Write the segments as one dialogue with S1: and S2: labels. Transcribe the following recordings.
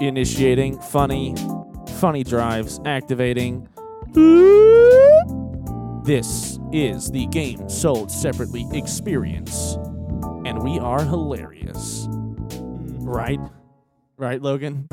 S1: Initiating funny, funny drives, activating. This is the game sold separately experience, and we are hilarious. Right? Right, Logan?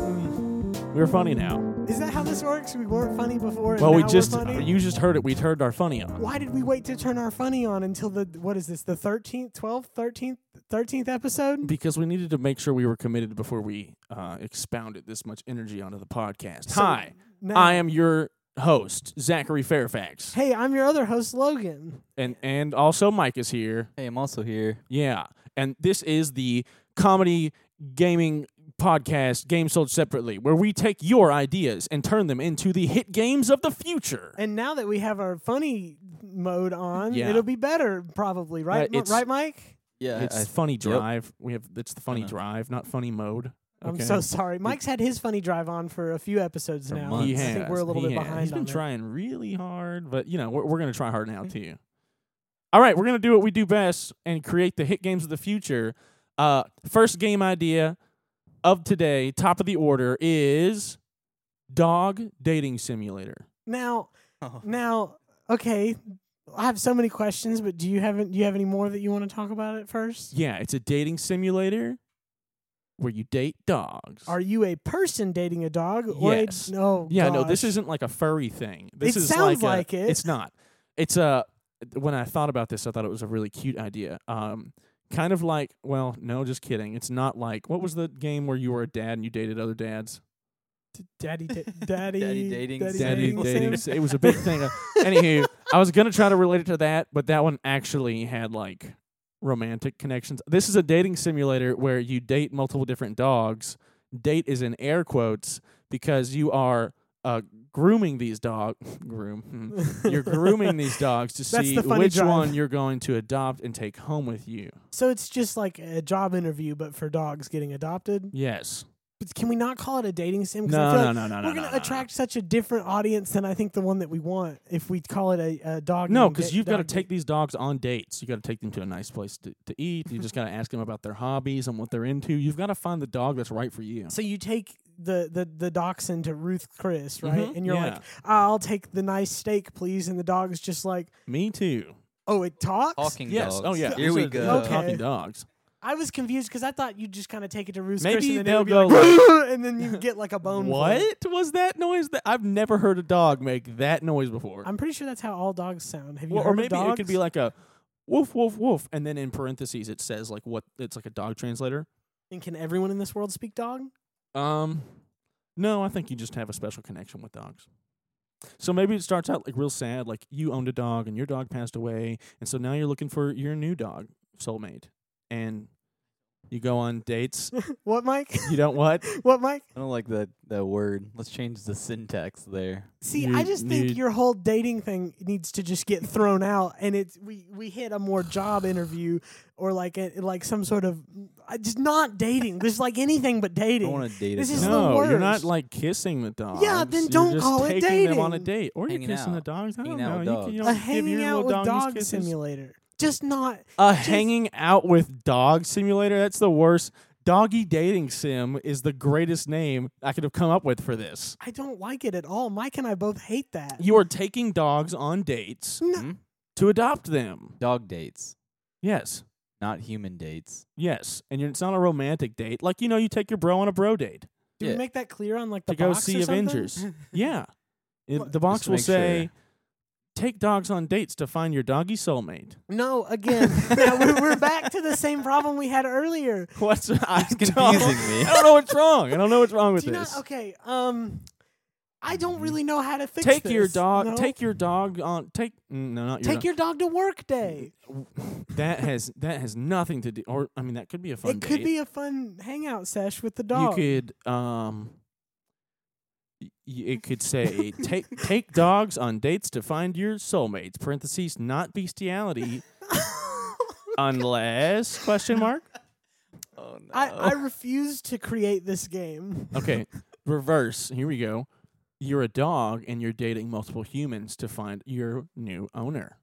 S1: We're funny now.
S2: Is that how this works? We weren't funny before. And
S1: Well, we
S2: now we're
S1: just,
S2: funny?
S1: you just heard it. We turned our funny on.
S2: Why did we wait to turn our funny on until the what is this? The thirteenth, twelfth, thirteenth, thirteenth episode.
S1: because we needed to make sure we were committed before we uh, expounded this much energy onto the podcast.
S2: So,
S1: Hi,
S2: now-
S1: I am your host Zachary Fairfax,
S2: Hey, I'm your other host, Logan.
S1: and and also Mike is here.
S3: Hey, I'm also here.
S1: Yeah, and this is the comedy gaming podcast, Game Sold Separately, where we take your ideas and turn them into the hit games of the future.
S2: And now that we have our funny mode on,
S1: Yeah.
S2: it'll be better probably, right?
S1: Right,
S2: Mi-
S1: it's-
S2: right, Mike?
S3: Yeah,
S1: it's funny drive. We have it's the funny
S3: know.
S1: drive, not funny mode.
S2: I'm
S1: Okay?
S2: so sorry. Mike's had his funny drive on for a few episodes
S3: For
S2: now.
S3: months.
S1: He
S2: I
S1: has.
S2: think we're a little
S1: he
S2: bit
S1: has.
S2: behind.
S1: He's been
S2: on it.
S1: trying really hard, but you know we're, we're gonna try hard now
S2: Mm-hmm.
S1: too. All right, we're gonna do what we do best and create the hit games of the future. Uh, first game idea of today, top of the order is dog dating simulator.
S2: Now,
S3: Oh.
S2: now, okay. I have so many questions, but do you have do you have any more that you want to talk about at first?
S1: Yeah, it's a dating simulator where you date dogs.
S2: Are you a person dating a dog or
S1: Yes.
S2: a no?
S1: yeah, no, this
S2: Oh, gosh.
S1: isn't like a furry thing. This
S2: It
S1: is like,
S2: sounds like
S1: a-
S2: it.
S1: It's not. It's a. When I thought about this, I thought it was a really cute idea. Um, kind of like, well, no, just kidding. It's not like what was the game where you were a dad and you dated other dads?
S2: daddy da- daddy
S3: Daddy dating
S1: Daddy
S3: Dating
S1: dating.
S2: sim.
S1: It was a big thing. Uh, Anywho, I was gonna try to relate it to that, but that one actually had like romantic connections. This is a dating simulator where you date multiple different dogs. Date is in air quotes because you are uh, grooming these dog groom. hmm you're grooming these dogs to
S2: That's
S1: see
S2: the funny
S1: which
S2: drive.
S1: one you're going to adopt and take home with you.
S2: So it's just like a job interview, but for dogs getting adopted.
S1: Yes.
S2: But can we not call it a dating sim? 'Cause I
S1: No,
S2: feel
S1: no,
S2: like
S1: no, no, no.
S2: we're
S1: no,
S2: gonna
S1: no, no.
S2: attract such a different audience than I think the one that we want if we call it a, a dog.
S1: No,
S2: named
S1: because
S2: da-
S1: you've got to
S2: dog
S1: take these dogs on dates. You got to take them to a nice place to, to eat. You just got to ask them about their hobbies and what they're into. You've got to find the dog that's right for you.
S2: So you take the the the dachshund to Ruth Chris, right?
S1: Mhm.
S2: And you're
S1: Yeah.
S2: like, "I'll take the nice steak, please." And the dog's just like,
S1: Me too.
S2: "Oh, it talks."
S3: Talking
S1: Yes.
S3: dogs.
S1: Oh yeah.
S3: Here
S1: These
S3: we
S1: are- these
S3: go.
S1: are
S2: Okay.
S1: Talking dogs.
S2: I was confused because I thought you'd just kind of take it to Ruth Chris,
S1: Maybe
S2: and then
S1: they'll
S2: it would be
S1: go
S2: like, and then you get like a bone. for it.
S1: What was that noise? That I've never heard a dog make that noise before.
S2: I'm pretty sure that's how all dogs sound. Have you
S1: Well,
S2: heard
S1: or
S2: of
S1: maybe it could
S2: dogs?
S1: be like a woof woof woof, and then in parentheses it says like what it's like a dog translator.
S2: And can everyone in this world speak dog?
S1: Um, no, I think you just have a special connection with dogs. So maybe it starts out like real sad, like you owned a dog and your dog passed away, and so now you're looking for your new dog soulmate, and you go on dates.
S2: What, Mike?
S1: you don't what?
S2: what, Mike?
S3: I don't like that that word. Let's change the syntax there.
S2: See,
S1: You
S2: I just
S1: need-
S2: think your whole dating thing needs to just get thrown out, and it's we we hit a more job interview or like a, like some sort of I just not dating. There's like anything but
S3: I don't
S2: dating.
S3: want to date.
S2: This
S3: a
S2: is
S3: dog.
S2: the
S1: No, you're not
S2: worst.
S1: like kissing the dogs.
S2: then
S1: You're
S2: don't
S1: just
S2: call it
S1: taking them on a
S2: dating.
S1: date, or
S3: Hanging
S1: you're kissing the
S3: out.
S1: dogs. I don't
S3: Hanging out
S1: know.
S3: with
S1: You, can,
S3: dogs.
S1: you
S2: A
S1: don't give your
S2: hanging
S1: little
S2: out with
S1: dog,
S2: dog
S1: kisses.
S2: simulator. Just not.
S1: A hanging out with dog simulator. That's the worst. Doggy dating sim is the greatest name I could have come up with for this.
S2: I don't like it at all. Mike and I both hate that.
S1: You are taking dogs on dates
S2: No.
S3: Hmm?
S1: to adopt them.
S3: Dog dates,
S1: Yes.
S3: not human dates.
S1: Yes. And you're, it's not a romantic date. Like, you know, you take your bro on a bro date
S2: Do
S3: Yeah.
S2: we make that clear on like the
S1: to go
S2: box or
S1: see
S2: something?
S1: Avengers. yeah. It-
S2: What-
S1: the box
S3: Just
S1: will
S3: make sure.
S1: say, take dogs on dates to find your doggy soulmate.
S2: No, again, now we're, we're back to the same problem we had earlier.
S1: What's I'm
S3: confusing me.
S1: I don't know what's wrong. I don't know what's wrong with
S2: Do you
S1: this.
S2: not? Okay. Um, I don't really know how to fix.
S1: Take your
S2: this,
S1: dog.
S2: no?
S1: Take your dog on. Take mm, no, not your.
S2: Take your dog to work day.
S1: Mm, that has that has nothing to do. Or I mean, that could be a fun.
S2: It could
S1: date.
S2: be a fun hangout sesh with the dog.
S1: You could um y- y- it could say take take dogs on dates to find your soulmates parentheses not bestiality unless question mark
S3: Oh no.
S2: I, I refuse to create this game.
S1: Okay, reverse. Here we go. You're a dog and you're dating multiple humans to find your new owner.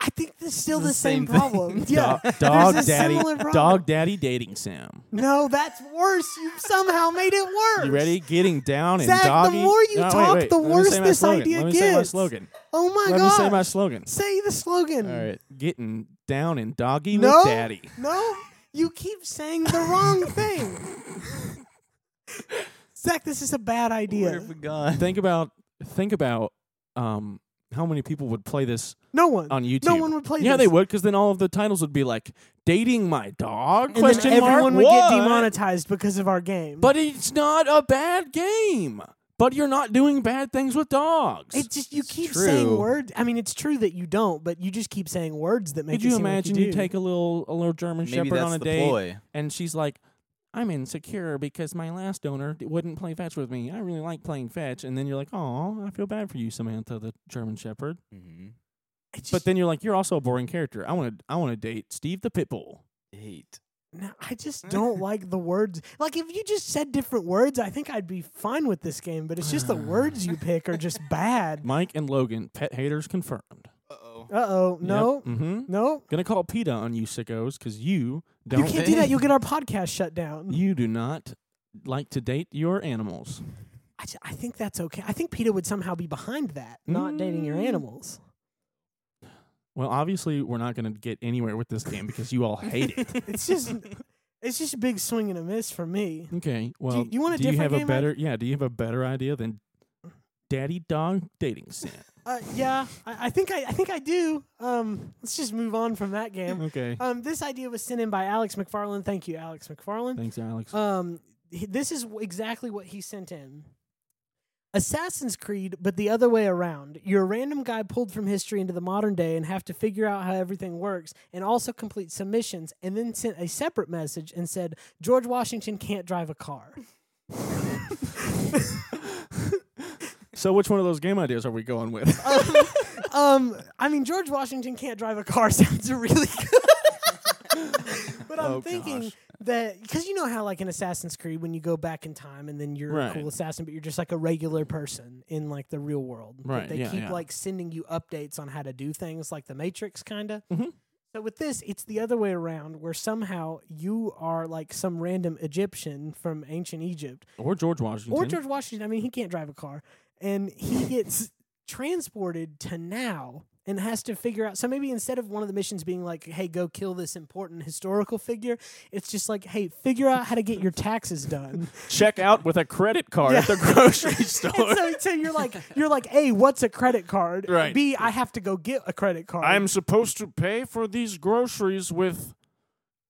S2: I think that's still
S3: The
S2: the, same,
S3: same thing.
S2: problem. Yeah.
S1: Do- dog
S2: There's a
S1: daddy,
S2: similar problem.
S1: dog daddy dating sim.
S2: No, that's worse. You somehow made it worse.
S1: You ready? Getting down and
S2: Zach, the
S1: doggy.
S2: more you
S1: No, wait,
S2: talk,
S1: wait.
S2: the
S1: Let me
S2: worse
S1: say my
S2: this
S1: slogan.
S2: idea
S1: Let me say my
S2: gets.
S1: slogan.
S2: Oh my
S1: Let
S2: god.
S1: me say my slogan.
S2: Say the slogan.
S3: All right.
S1: Getting down and doggy
S2: Hmm. No.
S1: with daddy.
S2: No, you keep saying the wrong thing. Zach, this is a bad
S3: Where
S2: idea.
S3: have we gone?
S1: Think about think about um how many people would play this
S2: No one.
S1: on YouTube.
S2: No one would play
S1: yeah,
S2: this.
S1: they would, because then all of the titles would be like dating my dog?
S2: And
S1: question
S2: then
S1: mark.
S2: everyone would
S1: What?
S2: get demonetized because of our game.
S1: But it's not a bad game. But you're not doing bad things with dogs.
S2: it just you keep
S3: true.
S2: saying words. I mean, it's true that you don't, but you just keep saying words that make.
S1: Could
S2: it
S1: you
S2: seem like
S1: imagine
S2: you,
S1: you, take a little a little German
S3: Maybe
S1: Shepherd
S3: that's
S1: on a
S3: the
S1: date
S3: ploy.
S1: and she's like, "I'm insecure because my last owner d- wouldn't play fetch with me. I really like playing fetch." And then you're like, "Oh, I feel bad for you, Samantha, the German Shepherd."
S3: Mm-hmm.
S2: I just,
S1: But then you're like, "You're also a boring character. I want to I want to date Steve the Pitbull."
S3: Hate.
S2: no, I just don't like the words. Like if you just said different words, I think I'd be fine with this game. But it's just the words you pick are just bad.
S1: Mike and Logan, pet haters confirmed.
S3: Uh oh.
S2: Uh oh, no,
S1: Mm-hmm.
S2: no,
S1: Gonna call PETA on you sickos because you don't.
S2: you can't do that. You'll get our podcast shut down.
S1: you do not like to date your animals.
S2: I, ju- I think that's okay. I think Peter would somehow be behind that, not dating your
S1: Mm.
S2: animals.
S1: Well, obviously, we're not going to get anywhere with this game because you all hate it.
S2: It's just, it's just a big swing and a miss for me.
S1: Okay. Well, do
S2: you want a
S1: you
S2: different
S1: have a
S2: game, Mike?
S1: better? Yeah. Do you have a better idea than Daddy Dog Dating Sim?
S2: Uh, yeah, I, I think I, I think I do. Um, let's just move on from that game.
S1: okay.
S2: Um, this idea was sent in by Alex McFarland. Thank you, Alex McFarland.
S1: Thanks, Alex.
S2: Um, he- this is w- exactly what he sent in. Assassin's Creed, but the other way around. You're a random guy pulled from history into the modern day and have to figure out how everything works and also complete submissions, and then sent a separate message and said, George Washington can't drive a car.
S1: so, which one of those game ideas are we going with?
S2: um, I mean, George Washington can't drive a car sounds really good. but I'm
S3: Oh,
S2: thinking
S3: gosh.
S2: that because you know how like in Assassin's Creed when you go back in time and then you're
S1: Right.
S2: a cool assassin, but you're just like a regular person in like the real world. But
S1: Right,
S2: They
S1: yeah,
S2: keep
S1: yeah.
S2: like sending you updates on how to do things, like the Matrix, kind of.
S1: Mhm.
S2: So with this, it's the other way around, where somehow you are like some random Egyptian from ancient Egypt
S1: or George Washington?
S2: or George Washington. I mean, he can't drive a car, and he gets transported to now and has to figure out. So maybe instead of one of the missions being like, "Hey, go kill this important historical figure," it's just like, "Hey, figure out how to get your taxes done."
S1: Check out with a credit card at the
S2: Yeah.
S1: grocery
S2: and
S1: store.
S2: so, so you're like, you're like, "A, what's a credit card?
S1: Right.
S2: B, I have to go get a credit card."
S1: I'm supposed to pay for these groceries with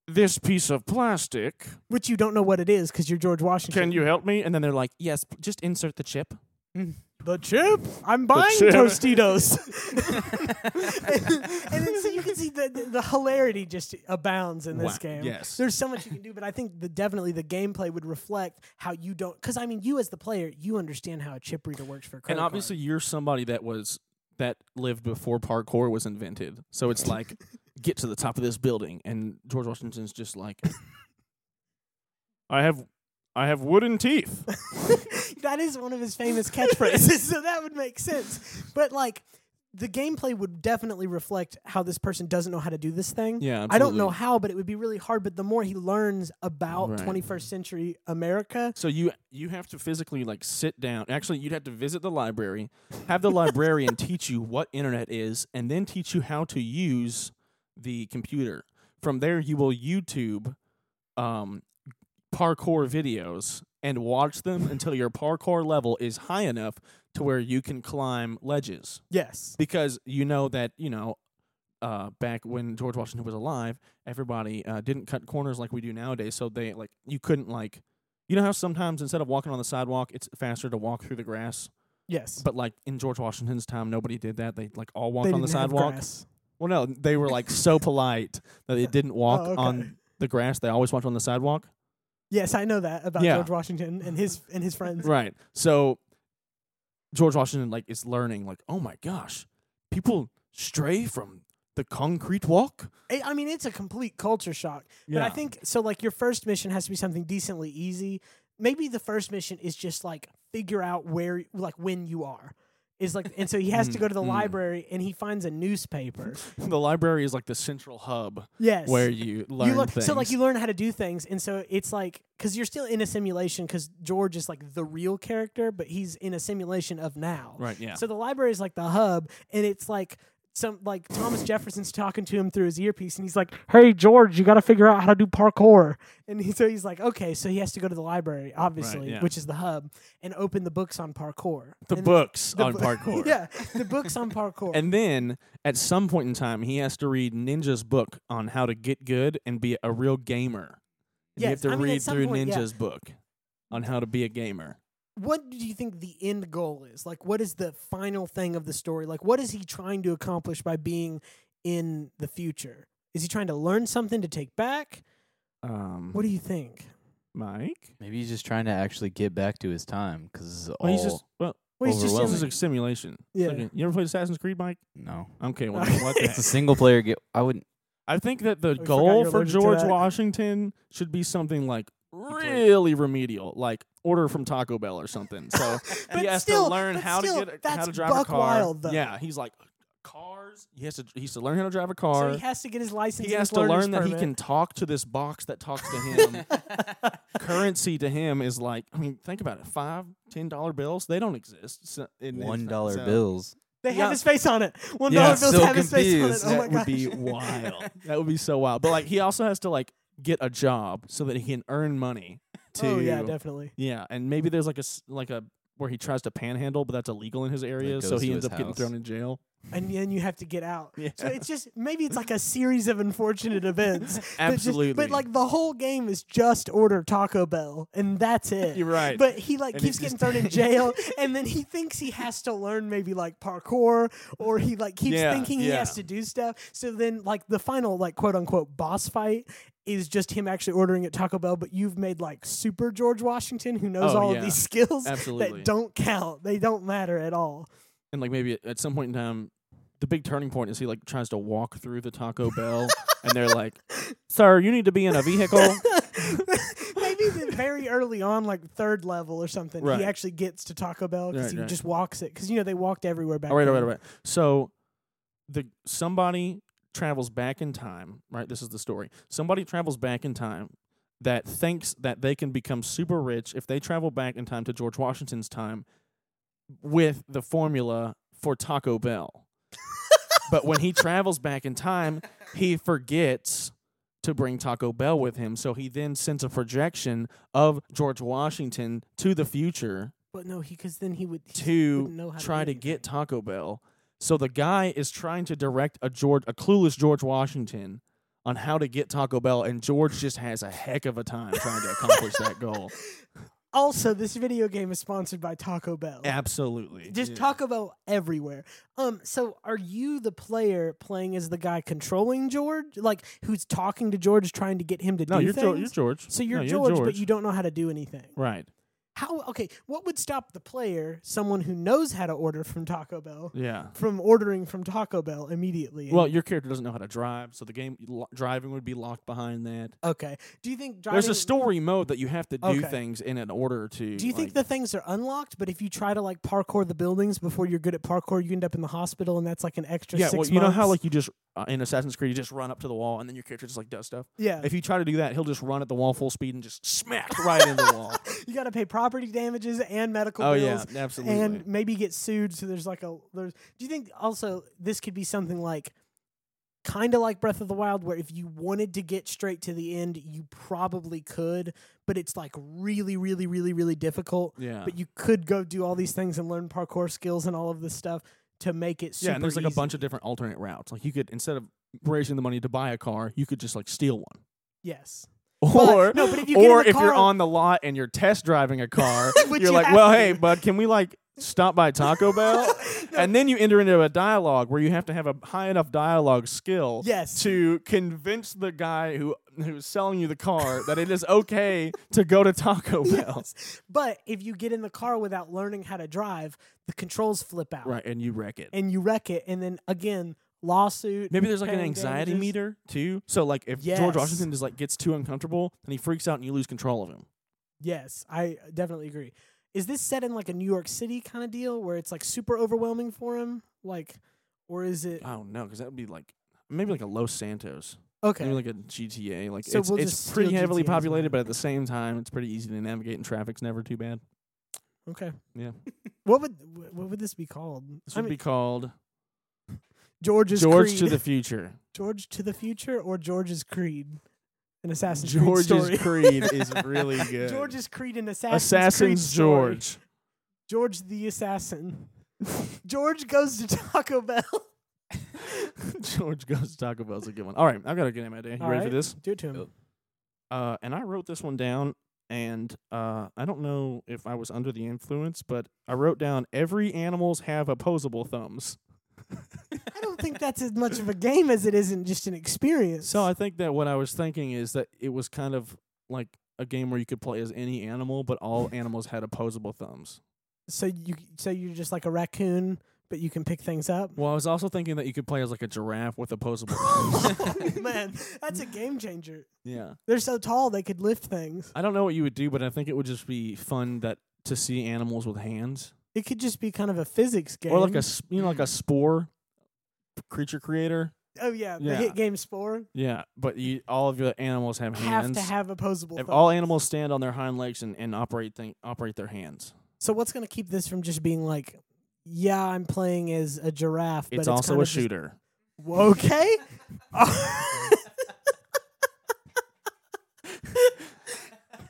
S1: this piece of plastic.
S2: which you don't know what it is because you're George Washington.
S1: Can you help me? And then they're like, yes, p- just insert the chip.
S2: The chip. I'm buying
S1: chip.
S2: Tostitos. and, then so you can see the, the, the hilarity just abounds in this
S1: Wow,
S2: game.
S1: yes.
S2: There's so much you can do, but I think the, definitely the gameplay would reflect how you don't. Because, I mean, you as the player, you understand how a chip reader works for a credit
S1: and
S2: card.
S1: obviously, you're somebody that was that lived before parkour was invented. So it's like, get to the top of this building, and George Washington's just like, I have, I have wooden teeth.
S2: that is one of his famous catchphrases, so that would make sense. But, like, the gameplay would definitely reflect how this person doesn't know how to do this thing.
S1: Yeah,
S2: I don't know
S1: absolutely.
S2: how, but it would be really hard. But the more he learns about
S1: Right.
S2: 21st century America,
S1: So you you have to physically like sit down. Actually, you'd have to visit the library, have the librarian teach you what internet is, and then teach you how to use the computer. From there, you will YouTube um, parkour videos and watch them until your parkour level is high enough to where you can climb ledges.
S2: yes.
S1: Because you know that you know. Uh, back when George Washington was alive, everybody uh, didn't cut corners like we do nowadays. So they like you couldn't like you know how sometimes instead of walking on the sidewalk, it's faster to walk through the grass.
S2: Yes.
S1: But like in George Washington's time, nobody did that. They like all walked
S2: They
S1: on the
S2: didn't have
S1: sidewalk.
S2: grass.
S1: Well, no, they were like so polite that they didn't walk
S2: Oh, okay.
S1: on the grass. They always walked on the sidewalk.
S2: Yes, I know that about
S1: Yeah.
S2: George Washington and his and his friends.
S1: Right. So George Washington like is learning like, "Oh my gosh. People stray from the concrete walk.
S2: I- I mean, it's a complete culture shock. But I think so. Like your first mission has to be something decently easy. Maybe the first mission is just like figure out where, like when you are. Is like, and so he has to go to the
S1: Mm, mm.
S2: library and he finds a newspaper.
S1: the library is like the central hub
S2: Yes,
S1: where you learn
S2: you learn
S1: things.
S2: so like you learn how to do things, and so it's like because you're still in a simulation because George is like the real character, but he's in a simulation of now.
S1: right, yeah.
S2: So the library is like the hub, and it's like some like Thomas Jefferson's talking to him through his earpiece, and he's like, "Hey George, you got to figure out how to do parkour." And he, so he's like, "Okay," so he has to go to the library, obviously,
S1: yeah.
S2: which is the hub, and open the books on parkour.
S1: the
S2: And-
S1: books
S2: the
S1: on
S2: bo-
S1: parkour.
S2: yeah, the books on parkour.
S1: And then at some point in time, he has to read Ninja's book on how to get good and be a real gamer. And you have
S2: Yes,
S1: to
S2: I mean, at
S1: read
S2: some
S1: through
S2: point, yeah.
S1: Ninja's book on how to be a gamer.
S2: what do you think the end goal is? Like, what is the final thing of the story? Like, what is he trying to accomplish by being in the future? Is he trying to learn something to take back?
S1: Um,
S2: What do you think?
S1: Mike?
S3: Maybe he's just trying to actually get back to his time because all
S1: Well, he's just well,
S2: Well, he's just in
S1: this
S3: Overwhelming.
S1: is a simulation.
S2: Yeah.
S1: So, you ever played Assassin's Creed, Mike?
S3: no.
S1: Okay, well, then what the
S3: It's a
S1: heck?
S3: single player game. I wouldn't.
S1: I think that the
S2: Oh, forgot
S1: goal
S2: you're
S1: for
S2: allergic to
S1: George
S2: that.
S1: Washington should be something like
S3: please.
S1: really remedial, like order from Taco Bell or something. So
S2: But
S1: he has
S2: still-
S1: to learn
S2: but
S1: how
S2: still,
S1: to get a, how
S2: that's
S1: to drive a
S2: buck
S1: car.
S2: wild, though.
S1: Yeah, he's like cars. He has to he has to learn how to drive a car.
S2: So he has to get his license.
S1: he
S2: and
S1: has
S2: his
S1: to
S2: learner's
S1: learn that he
S2: permit.
S1: can talk to this box that talks to him. Currency to him is like, I mean, think about it. Five, ten dollar bills, they don't exist. So, in- in-
S3: One dollar
S1: so-
S3: bills.
S2: They
S1: Yeah.
S2: have his face on it. One
S1: Yeah,
S2: dollar
S1: I'm
S2: bills
S3: so
S2: have his face
S3: confused.
S2: on it. Oh my
S1: that would
S2: gosh.
S1: be wild. that would be so wild. But like, he also has to like get a job so that he can earn money. To
S2: oh yeah, definitely.
S1: yeah, and maybe there's like a s- like a where he tries to panhandle, but that's illegal in his area, so
S3: goes
S1: he
S3: to
S1: ends
S3: his
S1: up getting
S3: house.
S1: thrown in jail.
S2: And then you have to get out.
S1: Yeah.
S2: So it's just maybe it's like a series of unfortunate events. but just-
S1: Absolutely.
S2: but like the whole game is just order Taco Bell, and that's it.
S1: You're right.
S2: But he like
S1: And
S2: keeps
S1: it's
S2: getting
S1: just-
S2: thrown in jail, and then he thinks he has to learn maybe like parkour, or he like keeps
S1: Yeah,
S2: thinking he
S1: yeah.
S2: has to do stuff. So then like the final like quote unquote boss fight is just him actually ordering at Taco Bell, but you've made like super George Washington who knows
S1: Oh,
S2: all
S1: yeah.
S2: of these skills
S1: Absolutely.
S2: that don't count. They don't matter at all.
S1: and like maybe at- at some point in time the big turning point is he like tries to walk through the taco bell and they're like sir you need to be in a vehicle
S2: Maybe the very early on, like third level or something,
S1: Right.
S2: he actually gets to Taco Bell because
S1: Right,
S2: he
S1: right. Oh,
S2: just walks it. Because you know they walked everywhere back.
S1: all right all right all
S2: then.
S1: right so the somebody travels back in time right this is the story somebody travels back in time that thinks that they can become super rich if they travel back in time to george washington's time with the formula for taco bell but when he travels back in time he forgets to bring Taco Bell with him. So he then sends a projection of George Washington to the future
S2: But no, he because then he would he wouldn't know
S1: to
S2: how do
S1: try to
S2: anything.
S1: get Taco Bell. So the guy is trying to direct a George, a clueless George Washington, on how to get Taco Bell, and George just has a heck of a time trying to accomplish that goal.
S2: Also, this video game is sponsored by Taco Bell.
S1: Absolutely,
S2: Just
S1: Yeah.
S2: Taco Bell everywhere. Um, so are you the player playing as the guy controlling George, like who's talking to George, trying to get him to
S1: No,
S2: do
S1: you're,
S2: things?
S1: George. you're George.
S2: So you're,
S1: No,
S2: George, but you don't know how to do anything.
S1: right.
S2: How? Okay, what would stop the player, someone who knows how to order from Taco Bell,
S1: Yeah.
S2: from ordering from Taco Bell immediately.
S1: Well, your character doesn't know how to drive, so the game lo- driving would be locked behind that.
S2: okay. Do you think driving,
S1: There's a story mode that you have to do
S2: Okay.
S1: things in an order to.
S2: Do you think
S1: like-
S2: the things are unlocked? But if you try to like parkour the buildings before you're good at parkour, you end up in the hospital, and that's like an extra.
S1: Yeah,
S2: six
S1: well, you know how like
S2: months?
S1: you just uh, in Assassin's Creed you just run up to the wall and then your character just like does stuff.
S2: yeah,
S1: If you try to do that, he'll just run at the wall full speed and just smack right into the wall.
S2: you got to pay property damages and medical
S1: Oh yeah,
S2: bills.
S1: absolutely.
S2: And maybe get sued. So there's like a there's. Do you think also this could be something like, kind of like Breath of the Wild, where if you wanted to get straight to the end, you probably could, but it's like really, really, really, really difficult.
S1: yeah.
S2: but you could go do all these things and learn parkour skills and all of this stuff to make it super
S1: yeah, and there's like a
S2: easy.
S1: bunch of different alternate routes. Like you could instead of raising the money to buy a car, you could just like steal one.
S2: yes But-
S1: Or
S2: no but if you get in
S1: or
S2: the
S1: if
S2: car,
S1: you're on the lot and you're test driving a car, you're
S2: Which you
S1: like,
S2: have
S1: "Well,
S2: to
S1: hey,
S2: do."
S1: bud, can we like stop by Taco Bell?" And then you enter into a dialogue where you have to have a high enough dialogue skill
S2: yes
S1: to convince the guy who who's selling you the car that it is okay to go to Taco Bell.
S2: yes. but if you get in the car without learning how to drive the controls flip out
S1: Right, and you wreck it.
S2: and you wreck it and then again lawsuit.
S1: Maybe there's like an
S2: comparing
S1: anxiety
S2: damages.
S1: meter too. So like if George
S2: Yes.
S1: Washington just like gets too uncomfortable, then he freaks out and you lose control of him.
S2: Yes, I definitely agree. Is this set in like a New York City kind of deal where it's like super overwhelming for him? Like, or is it
S1: I don't know because that would be like maybe like a Los Santos,
S2: okay?
S1: maybe like a GTA. Like
S2: So
S1: it's
S2: we'll just
S1: it's
S2: steal
S1: pretty heavily
S2: GTA's money.
S1: populated, but at the same time, it's pretty easy to navigate and traffic's never too bad.
S2: okay.
S1: Yeah.
S2: What would wh- what would this be called?
S1: This
S2: I
S1: would
S2: mean,
S1: be called
S2: George's
S1: George
S2: Creed.
S1: to the Future.
S2: George to the future or George's Creed, an Assassin's
S1: George's
S2: Creed story.
S1: Creed is really good.
S2: George's Creed and Assassin's, Creed
S1: Assassin's
S2: story.
S1: George.
S2: George the assassin. George goes to Taco Bell.
S1: George goes to Taco Bell's a good one. All right, I've got a good name idea. You
S2: All
S1: ready
S2: right.
S1: for this?
S2: Do it to him.
S3: Yep.
S1: Uh, and I wrote this one down, and uh, I don't know if I was under the influence, but I wrote down every animals have opposable thumbs.
S2: I don't think that's as much of a game as it isn't just an experience.
S1: So I think that what I was thinking is that it was kind of like a game where you could play as any animal, but all animals had opposable thumbs.
S2: so you so you're just like a raccoon, but you can pick things up.
S1: Well, I was also thinking that you could play as like a giraffe with opposable thumbs.
S2: Man, that's a game changer.
S1: yeah.
S2: They're so tall they could lift things.
S1: I don't know what you would do, but I think it would just be fun that to see animals with hands.
S2: It could just be kind of a physics game.
S1: or like a s- you know like a spore creature creator.
S2: oh yeah, the
S1: Yeah.
S2: hit game spore
S1: Yeah, but you, all of your animals have
S2: have
S1: hands.
S2: to have opposable.
S1: if
S2: thumbs.
S1: all animals stand on their hind legs and, and operate thing, operate their hands,
S2: so what's gonna keep this from just being like, yeah, I'm playing as a giraffe, but
S1: it's
S2: it's
S1: also
S2: kind
S1: a
S2: of just-
S1: shooter.
S2: Okay.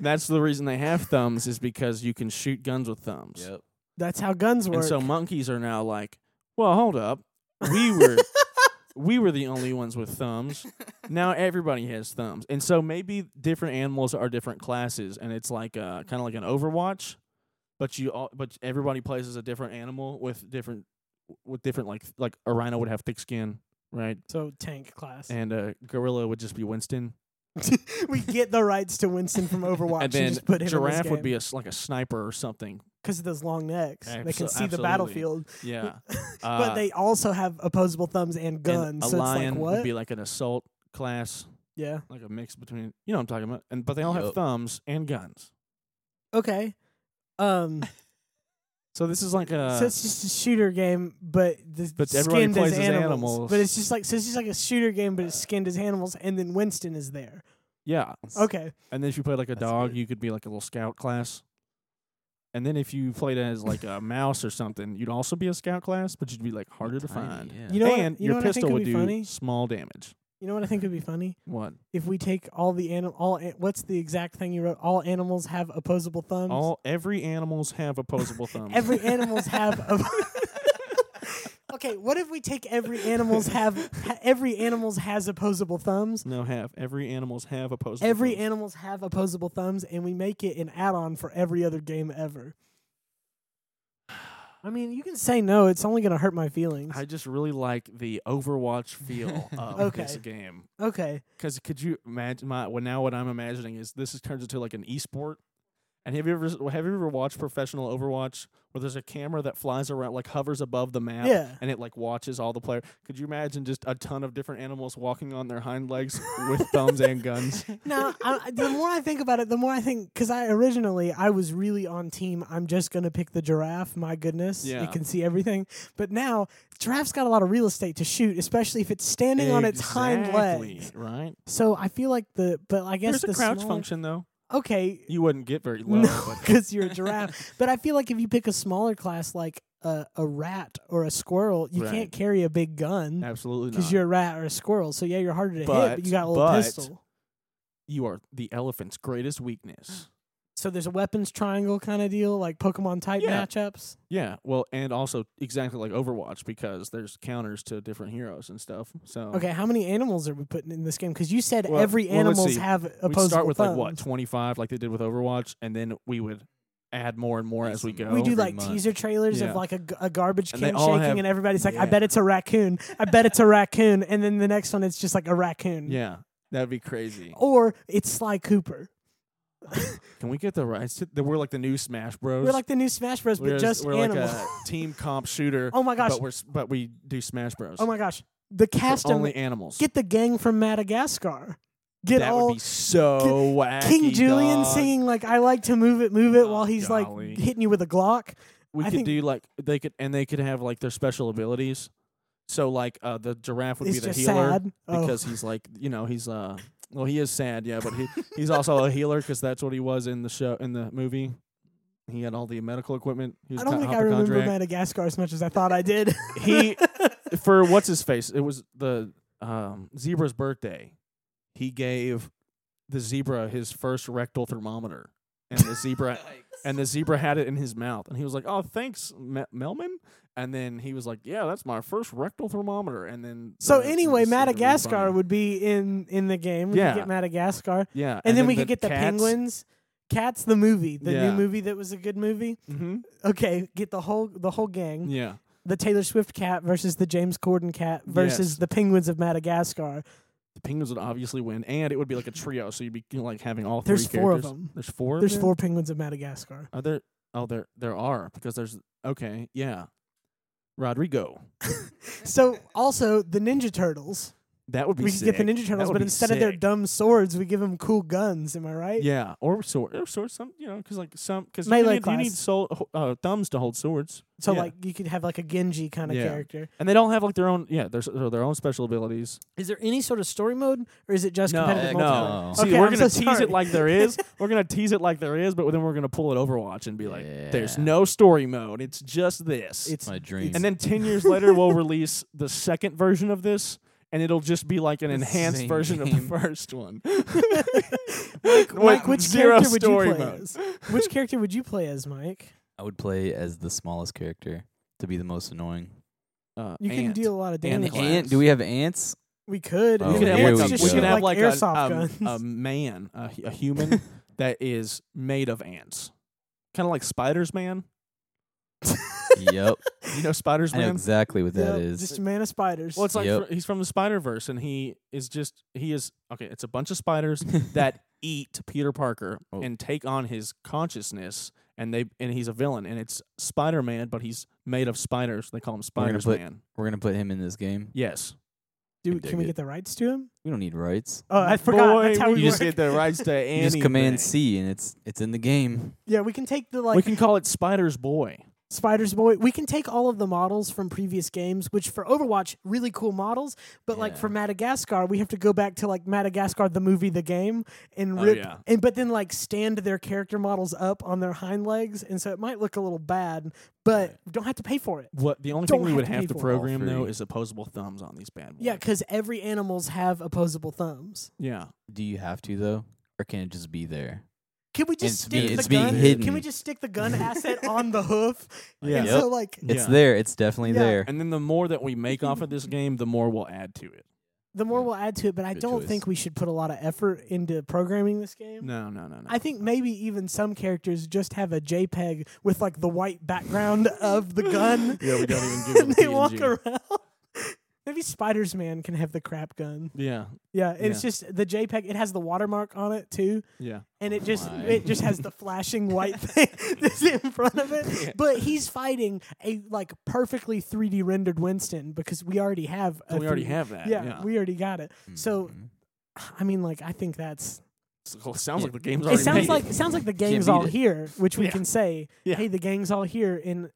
S1: That's the reason they have thumbs is because you can shoot guns with thumbs.
S3: Yep.
S2: That's how guns work.
S1: And so monkeys are now like, well, hold up, we were we were the only ones with thumbs. Now everybody has thumbs, and so maybe different animals are different classes, and it's like uh kind of like an Overwatch, but you all, but everybody plays as a different animal with different with different like like a rhino would have thick skin, right?
S2: So tank class.
S1: And a gorilla would just be Winston,
S2: we get the rights to Winston from Overwatch.
S1: and then
S2: just put him
S1: giraffe would be a s like a sniper or something.
S2: because of those long necks. they can
S1: Abso-
S2: see the
S1: absolutely.
S2: battlefield,
S1: Yeah,
S2: but
S1: Uh,
S2: they also have opposable thumbs and
S1: and
S2: guns.
S1: a
S2: so
S1: lion
S2: it's like what?
S1: would be like an assault class.
S2: yeah.
S1: like a mix between you know what I'm talking about, and but they all have
S3: Yup.
S1: thumbs and guns.
S2: Okay. Um.
S1: So this is like a
S2: so it's just a shooter game, but the
S1: Uh, But everybody
S2: skinned
S1: plays
S2: as
S1: as
S2: animals.
S1: animals.
S2: But it's just like so. It's just like a shooter game, but it's skinned as animals, and then Winston is there.
S1: yeah,
S2: Okay.
S1: and then if you played like a
S3: That's
S1: dog,
S3: good.
S1: you could be like a little scout class. And then if you played as like a mouse or something, you'd also be a scout class, but you'd be like harder to
S3: Tiny,
S1: find.
S3: yeah.
S2: You know what-
S1: and
S2: you know
S1: your
S2: what I think
S1: pistol
S2: would
S1: would
S2: be
S1: do
S2: funny?
S1: small damage.
S2: You know what I think would be funny
S1: What?
S2: if we take all the animal. All an- what's the exact thing you wrote? All animals have opposable thumbs.
S1: All every animals have opposable thumbs.
S2: Every animals have. A- okay, what if we take every animals have ha- every animals has opposable thumbs?
S1: no have every animals have opposable.
S2: Every
S1: thumbs.
S2: animals have opposable thumbs, and we make it an add-on for every other game ever. I mean, you can say no; it's only going to hurt my feelings.
S1: I just really like the Overwatch feel of this
S2: Okay.
S1: game.
S2: okay,
S1: Because could you imagine my well, now what I'm imagining is this is turns into like an e-sport. And have you ever have you ever watched professional Overwatch where there's a camera that flies around like hovers above the map
S2: Yeah.
S1: and it like watches all the player? Could you imagine just a ton of different animals walking on their hind legs with thumbs and guns?
S2: now I, the more I think about it, the more I think because I originally I was really on team. I'm just going to pick the giraffe. My goodness,
S1: Yeah.
S2: it can see everything. But now giraffe's got a lot of real estate to shoot, especially if it's standing on its hind
S1: Exactly,
S2: legs.
S1: right?
S2: So I feel like the but I guess
S1: There's
S2: the
S1: a crouch
S2: smaller-
S1: function though.
S2: Okay,
S1: You wouldn't get very low.
S2: no,
S1: But
S2: because you're a giraffe. but I feel like if you pick a smaller class like a, a rat or a squirrel, you
S1: Right.
S2: can't carry a big gun
S1: absolutely
S2: because
S1: not.
S2: you're a rat or a squirrel. So yeah, you're harder to hit,
S1: But-
S2: but you got a little
S1: but-
S2: pistol.
S1: You are the elephant's greatest weakness.
S2: So there's a weapons triangle kind of deal, like Pokemon type
S1: Yeah.
S2: matchups.
S1: Yeah, well, and also exactly like Overwatch because there's counters to different heroes and stuff. So
S2: Okay, how many animals are we putting in this game? Because you said
S1: Oh. Well,
S2: every
S1: well, let's
S2: animals
S1: see.
S2: have
S1: we
S2: opposable
S1: start with like what
S2: thumbs.
S1: 25 like they did with overwatch and then we would add more and more as we go
S3: Awesome.
S2: we do
S3: every
S2: like
S3: month.
S2: teaser trailers
S1: Yeah.
S2: of like a, g- a garbage
S1: And
S2: can
S1: they
S2: shaking,
S1: all have-
S2: and everybody's like, "I
S1: Yeah.
S2: bet it's a raccoon. I bet it's a raccoon." And then the next one, it's just like a raccoon.
S1: yeah that'd be crazy
S2: Or it's Sly Cooper.
S1: can we get the rights to that we're like the new smash bros
S2: We're like the new Smash Bros, but
S1: We're-
S2: just
S1: we're
S2: animals.
S1: like a team comp shooter
S2: oh my gosh!
S1: but we're s- but we do smash bros
S2: Oh my gosh! the
S1: but
S2: cast
S1: only
S2: only
S1: animals.
S2: get the gang from Madagascar. Get
S1: that
S2: all
S1: would be so wacky.
S2: King Julian
S1: dog.
S2: singing like I like to move it, move it while
S1: Oh,
S2: he's
S1: golly.
S2: like hitting you with a Glock.
S1: We
S2: I
S1: could
S2: think-
S1: do like they could, and they could have like their special abilities. So like uh, the giraffe would
S2: it's
S1: be the
S2: just
S1: healer
S2: sad. Oh.
S1: because he's like you know he's uh well he is sad yeah but he he's also a healer because that's what he was in the show in the movie. He had all the medical equipment. He was
S2: I don't
S1: a
S2: think I remember
S1: hypochondriac.
S2: Madagascar as much as I thought I did.
S1: He- for what's his face? It was the um, zebra's birthday. He gave the zebra his first rectal thermometer, and the zebra and the zebra had it in his mouth, and he was like, "Oh, thanks, Me- Melman." And then he was like, "Yeah, that's my first rectal thermometer." And then
S2: so
S1: the-
S2: anyway,
S1: it's like really
S2: Madagascar
S1: funny.
S2: would be in in the game. We
S1: Yeah.
S2: could get Madagascar, and,
S1: yeah, and,
S2: then, we could get the
S1: cats-
S2: penguins. Cats, the movie, the
S1: Yeah.
S2: new movie that was a good movie.
S1: Mhm.
S2: Okay, get the whole the whole gang.
S1: Yeah,
S2: The Taylor Swift cat versus the James Corden cat versus
S1: Yes.
S2: the penguins of Madagascar.
S1: the penguins would obviously win, and it would be like a trio, so you'd be you know, like having all three
S2: There's four of
S1: characters.
S2: them.
S1: There's four. of
S2: There's
S1: them?
S2: four penguins of Madagascar.
S1: Are there? Oh, there there are because there's okay, yeah. Rodrigo.
S2: So also the Ninja Turtles.
S1: That would be.
S2: We could
S1: sick.
S2: get the Ninja
S1: That
S2: Turtles,
S1: would
S2: but
S1: be
S2: instead of their
S1: sick.
S2: dumb swords, we give them cool guns. Am I right?
S1: Yeah, or sword, or sword. Some, you know, because like some, because you
S2: Melee
S1: need, you need
S2: class.
S1: sol- ho- uh, thumbs to hold swords.
S2: So
S1: Yeah.
S2: like you could have like a Genji kind of
S1: Yeah.
S2: character.
S1: and they don't have like their own. Yeah, their their own special abilities.
S2: Is there any sort of story mode, or is it just
S1: No,
S2: competitive
S1: no.
S2: multiplayer?
S3: Oh.
S1: See,
S2: Okay,
S1: we're
S2: I'm
S1: gonna
S2: so
S1: tease
S2: sorry.
S1: it like there is. we're gonna tease it like there is, but then we're gonna pull it Overwatch and be like, "There's
S3: Yeah.
S1: no story mode. It's just this."
S2: It's
S3: My dream.
S1: and then ten years later, we'll release the second version of this, and it'll just be like an
S3: The
S1: enhanced
S3: same
S1: version of
S3: game.
S1: the first one.
S2: Mike,
S1: With
S2: Mike, which
S1: zero
S2: character would you
S1: story
S2: play
S1: mode.
S2: as? Which character would you play as, Mike?
S3: I would play as the smallest character to be the most annoying.
S1: Uh,
S2: You can
S1: Ant.
S2: deal a lot of
S1: And
S2: damage.
S1: Ant.
S3: Ant? Do we have ants?
S2: We could.
S3: Oh,
S1: We
S2: if
S1: could have
S2: we
S3: here
S1: like, a,
S2: wanted to
S3: we
S2: just
S1: we
S3: go.
S2: shoot,
S1: could have like, a-
S2: airsoft
S1: um,
S2: guns.
S1: a man, a, hu- a human that is made of ants, kind of like Spider's Man.
S3: yep.
S1: You know Spider's
S3: I know
S1: Man.
S3: exactly what that
S2: Yep,
S3: is.
S2: Just a man of spiders.
S1: Well, it's like
S3: Yep.
S1: fr- he's from the Spider Verse, and he is just he is okay. It's a bunch of spiders that eat Peter Parker
S3: Oh.
S1: and take on his consciousness, and they and he's a villain, and it's Spider Man, but he's made of spiders. They call him
S3: We're gonna
S1: Spider's
S3: put-
S1: Man.
S3: We're gonna put him in this game.
S1: Yes,
S2: Do,
S3: can
S2: can
S3: dig
S2: we
S3: it.
S2: get the rights to him?
S3: We don't need rights.
S2: Oh, I forgot.
S1: Boy,
S2: That's how
S1: we
S2: we
S1: just
S2: work.
S1: get the rights to anything.
S3: You just command C and it's it's in the game.
S2: Yeah, we can take the like
S1: we can call it Spider's Boy.
S2: Spider's Boy. We can take all of the models from previous games, which for Overwatch, really cool models. But like
S3: Yeah.
S2: for Madagascar, we have to go back to like Madagascar the movie, the game, and
S1: Oh,
S2: rip
S1: yeah.
S2: and but then like stand their character models up on their hind legs, and so it might look a little bad, but we don't have to pay for it.
S1: What the only
S2: Don't
S1: thing we
S2: have
S1: would
S2: to
S1: have
S2: pay
S1: to
S2: for it.
S3: All
S1: program though
S3: free.
S1: is opposable thumbs on these bad boys.
S2: Yeah, because every animals have opposable thumbs.
S1: yeah.
S3: Do you have to though, or can it just be there?
S2: Can we just
S3: It's
S2: stick
S3: being-
S2: the
S3: it's being
S2: gun? Can
S3: hidden.
S2: we just stick the gun asset on the hoof?
S1: Yeah.
S2: And
S3: Yep.
S2: so like
S3: It's
S1: Yeah.
S3: there. It's definitely
S2: Yeah.
S3: there.
S1: And then the more that we make off of this game, the more we'll add to it.
S2: the more
S3: Yeah.
S2: we'll add to it, but I
S3: Good
S2: don't
S3: choice.
S2: think we should put a lot of effort into programming this game.
S1: No, no, no, no.
S2: I think maybe even some characters just have a JPEG with like the white background of the gun.
S1: Yeah, we don't even give them
S2: and they walk
S1: PNG.
S2: around. Maybe Spider's Man can have the crap gun.
S1: Yeah,
S2: Yeah, it's just the JPEG. It has the watermark on it too,
S1: yeah.
S2: and it
S1: Oh
S2: just
S3: my.
S2: it just has the flashing white thing that's in front of it. But he's fighting a like perfectly 3D rendered Winston because we already have. a
S1: And we already
S2: 3D
S1: have that.
S2: Yeah,
S1: Yeah.
S2: we already got it. So
S3: Mhm.
S2: I mean, like I think that's
S1: It's- well, it sounds like the game's
S2: it
S1: already made.
S2: sounds like it sounds like the gang's
S3: beat
S2: all
S3: it.
S2: here, which we
S1: Yeah.
S2: can say,
S1: Yeah.
S2: hey, the gang's all here in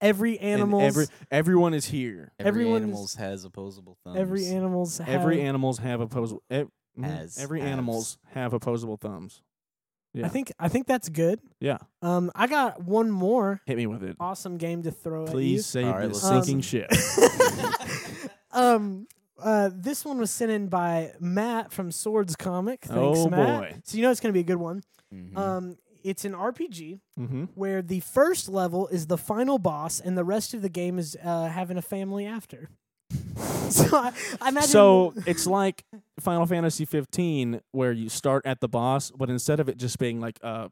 S2: every
S1: And
S2: animals.
S1: Every, everyone is here.
S3: every
S2: everyone's-
S3: animals has opposable thumbs.
S2: every animals have
S1: Every animals have opposable. Ev- mm,
S3: Has-
S1: every
S3: haves.
S1: animals have opposable thumbs. Yeah.
S2: I think I think that's good.
S1: Yeah.
S2: Um, I got one more
S1: Hit me with it.
S2: awesome game to throw
S1: Please save
S3: All right,
S1: this
S2: let's-
S1: sinking
S2: Um,
S1: ship.
S2: at you. um, uh, this one was sent in by Matt from Swords Comic. Thanks,
S1: Oh,
S2: Matt.
S1: boy.
S2: So you know it's gonna be a good one.
S3: Mhm.
S2: Um, it's an RPG.
S1: Mm-hmm.
S2: Where the first level is the final boss, and the rest of the game is uh, having a family after.
S1: Mm-hmm.
S2: so I, I imagine.
S1: So it's like Final Fantasy 15, where you start at the boss, but instead of it just being like a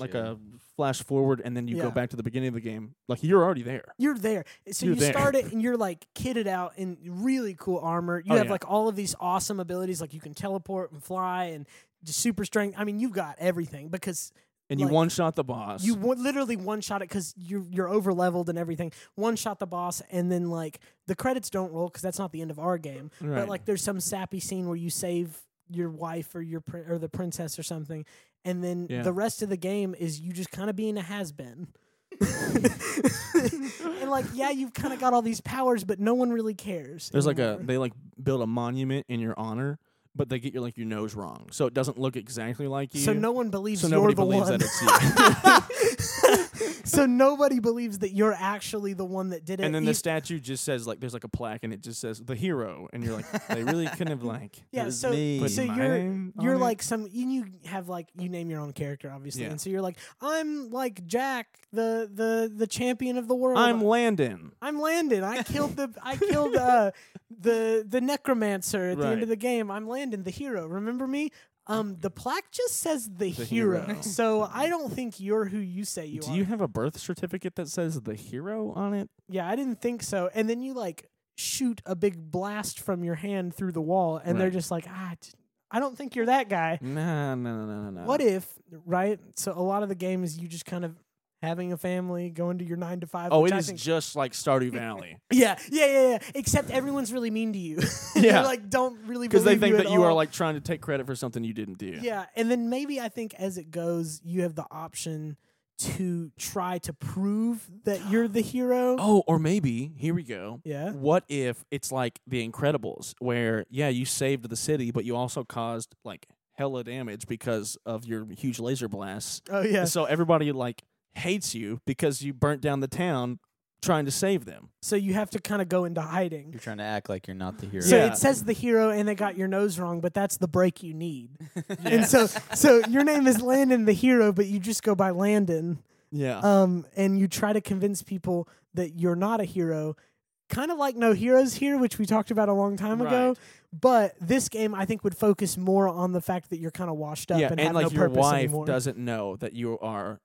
S1: like
S3: Gotcha.
S1: a flash forward, and then you go
S2: Yeah.
S1: back to the beginning of the game, like you're already there.
S2: You're there. So
S1: You're
S2: you
S1: there.
S2: start it and you're like kitted out in really cool armor. You
S1: Oh,
S2: have
S1: yeah.
S2: like all of these awesome abilities, like you can teleport and fly and just super strength. I mean, you've got everything because
S1: and you
S2: Like,
S1: one shot the boss.
S2: You w- literally one shot it because you're you're over leveled and everything. One shot the boss, and then like the credits don't roll because that's not the end of our game.
S1: Right.
S2: But like there's some sappy scene where you save your wife or your prin- or the princess or something, and then
S1: Yeah.
S2: the rest of the game is you just kind of being a has been. and like yeah, you've kind of got all these powers, but no one really cares.
S1: There's like a
S2: anymore.
S1: they like build a monument in your honor, but they get your like your nose wrong, so it doesn't look exactly like you.
S2: so no one believes
S1: so
S2: you're
S1: nobody
S2: the
S1: believes
S2: one.
S1: that it's you.
S2: so nobody believes that you're actually the one that did it.
S1: and then
S2: e-
S1: the statue just says like there's like a plaque and it just says the hero, and you're like they really couldn't have like
S2: yeah,
S3: was
S2: so
S3: me.
S1: put
S2: so
S1: my
S2: you're-
S1: name on
S2: you're
S1: it.
S2: like some and you have like you name your own character obviously
S1: Yeah.
S2: and so you're like i'm like jack the the the champion of the world
S1: I'm Landon.
S2: i'm landon i killed the i killed uh the the necromancer at the end
S1: Right.
S2: of the game i'm landon the hero remember me um the plaque just says the,
S1: The
S2: hero.
S1: hero.
S2: so i don't think you're who you say you
S1: Do
S2: are
S1: you have a birth certificate that says the hero on it?
S2: yeah i didn't think so and then you like shoot a big blast from your hand through the wall and they're
S1: Right.
S2: just like ah t- i don't think you're that guy
S1: Nah, no, no, no, no, no.
S2: What if, right? So a lot of the game is you just kind of having a family, going to your nine to five.
S1: Oh,
S2: which
S1: it
S2: I
S1: is
S2: think-
S1: just like Stardew Valley
S2: yeah, yeah, yeah, yeah. Except everyone's really mean to you.
S1: Yeah.
S2: They're like don't really
S1: because they
S2: believe
S1: think
S2: at
S1: that you are
S2: all.
S1: like trying to take credit for something you didn't do.
S2: yeah. and then maybe I think as it goes, you have the option to try to prove that you're the hero.
S1: Oh, or maybe here we go.
S2: Yeah.
S1: What if it's like The Incredibles, where yeah, you saved the city, but you also caused like hella damage because of your huge laser blasts.
S2: Oh yeah.
S1: So everybody like hates you because you burnt down the town trying to save them.
S2: So you have to kind of go into hiding.
S3: You're trying to act like you're not the hero.
S2: So
S1: Yeah.
S2: it says the hero, and they got your nose wrong, but that's the break you need. And
S1: Yes.
S2: so, so your name is Landon the hero, but you just go by Landon.
S1: Yeah.
S2: um, and you try to convince people that you're not a hero. Kind of like No Heroes here, which we talked about a long time ago.
S1: Right.
S2: But this game, I think, would focus more on the fact that you're kind of washed up
S1: yeah,
S2: and,
S1: and
S2: have
S1: like
S2: no
S1: your
S2: purpose
S1: wife
S2: anymore.
S1: doesn't know that you are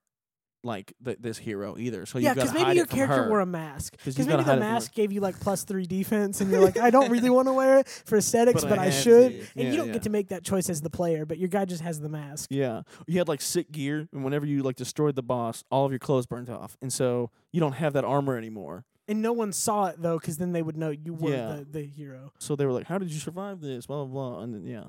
S1: like th- this hero either. So
S2: yeah,
S1: you've got
S2: because
S1: to
S2: maybe
S1: hide
S2: your
S1: it from
S2: character
S1: her.
S2: wore a mask.
S1: 'Cause
S2: Because
S1: you've
S2: maybe
S1: gotta
S2: the
S1: hide it from her.
S2: mask gave you like plus three defense, and you're like, I don't really want to wear it for aesthetics,
S1: But
S2: but,
S1: I
S2: I,
S1: had
S2: should.
S3: to.
S2: And
S1: Yeah,
S2: you don't
S1: yeah.
S2: get to make that choice as the player, but your guy just has the mask.
S1: Yeah, you had like sick gear, and whenever you like destroyed the boss, all of your clothes burned off, and so you don't have that armor anymore.
S2: And no one saw it though, because then they would know you were
S1: Yeah.
S2: the, the hero.
S1: So they were like, "How did you survive this?" Blah blah blah, and then yeah.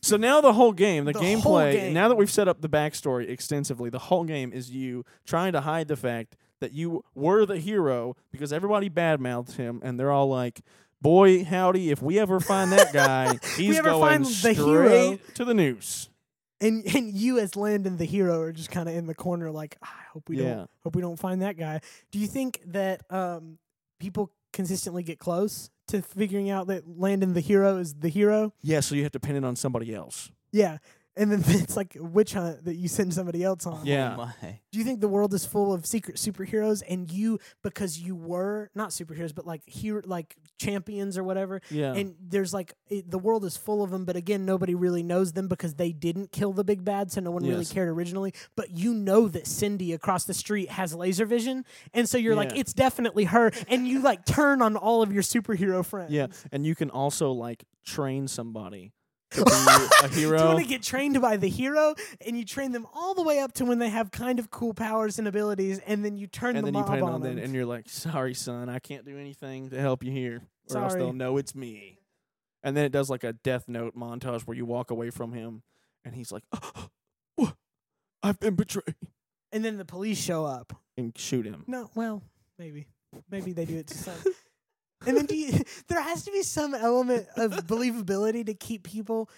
S1: So now the whole game, the,
S2: The whole
S1: gameplay.
S2: game.
S1: Now that we've set up the backstory extensively, the whole game is you trying to hide the fact that you were the hero because everybody badmouths him, and they're all like, "Boy, howdy! If we ever find that guy, he's
S2: ever
S1: going
S2: find the
S1: straight
S2: hero-
S1: to the noose."
S2: and and you as Landon the hero are just kind of in the corner like "Ah, I hope we
S1: Yeah.
S2: don't hope we don't find that guy. Do you think that um people consistently get close to figuring out that Landon the hero is the hero?
S1: Yeah, so you have to pin it on somebody else.
S2: Yeah. And then it's like a witch hunt that you send somebody else on.
S1: Yeah.
S3: Oh my.
S2: Do you think the world is full of secret superheroes and you because you were not superheroes but like hero like champions or whatever
S1: Yeah.
S2: and there's like it, the world is full of them but again nobody really knows them because they didn't kill the big bad so no one really
S1: Yes.
S2: cared originally but you know that cindy across the street has laser vision and so you're like
S1: Yeah.
S2: it's definitely her and you like turn on all of your superhero friends
S1: Yeah, and you can also like train somebody to be a
S2: you
S1: hero.
S2: want to get trained by the hero, and you train them all the way up to when they have kind of cool powers and abilities, and then you turn
S1: and
S2: the
S1: then you
S2: mob
S1: put it
S2: on,
S1: on
S2: them.
S1: that, and you're like, "Sorry, son, I can't do anything to help you here, or else
S2: Sorry.
S1: they'll know it's me." And then it does like a Death Note montage where you walk away from him, and he's like, "What? I've been betrayed,"
S2: and then the police show up.
S1: and shoot him.
S2: No, well, maybe, maybe they do it to some. and then do you, there has to be some element of believability to keep people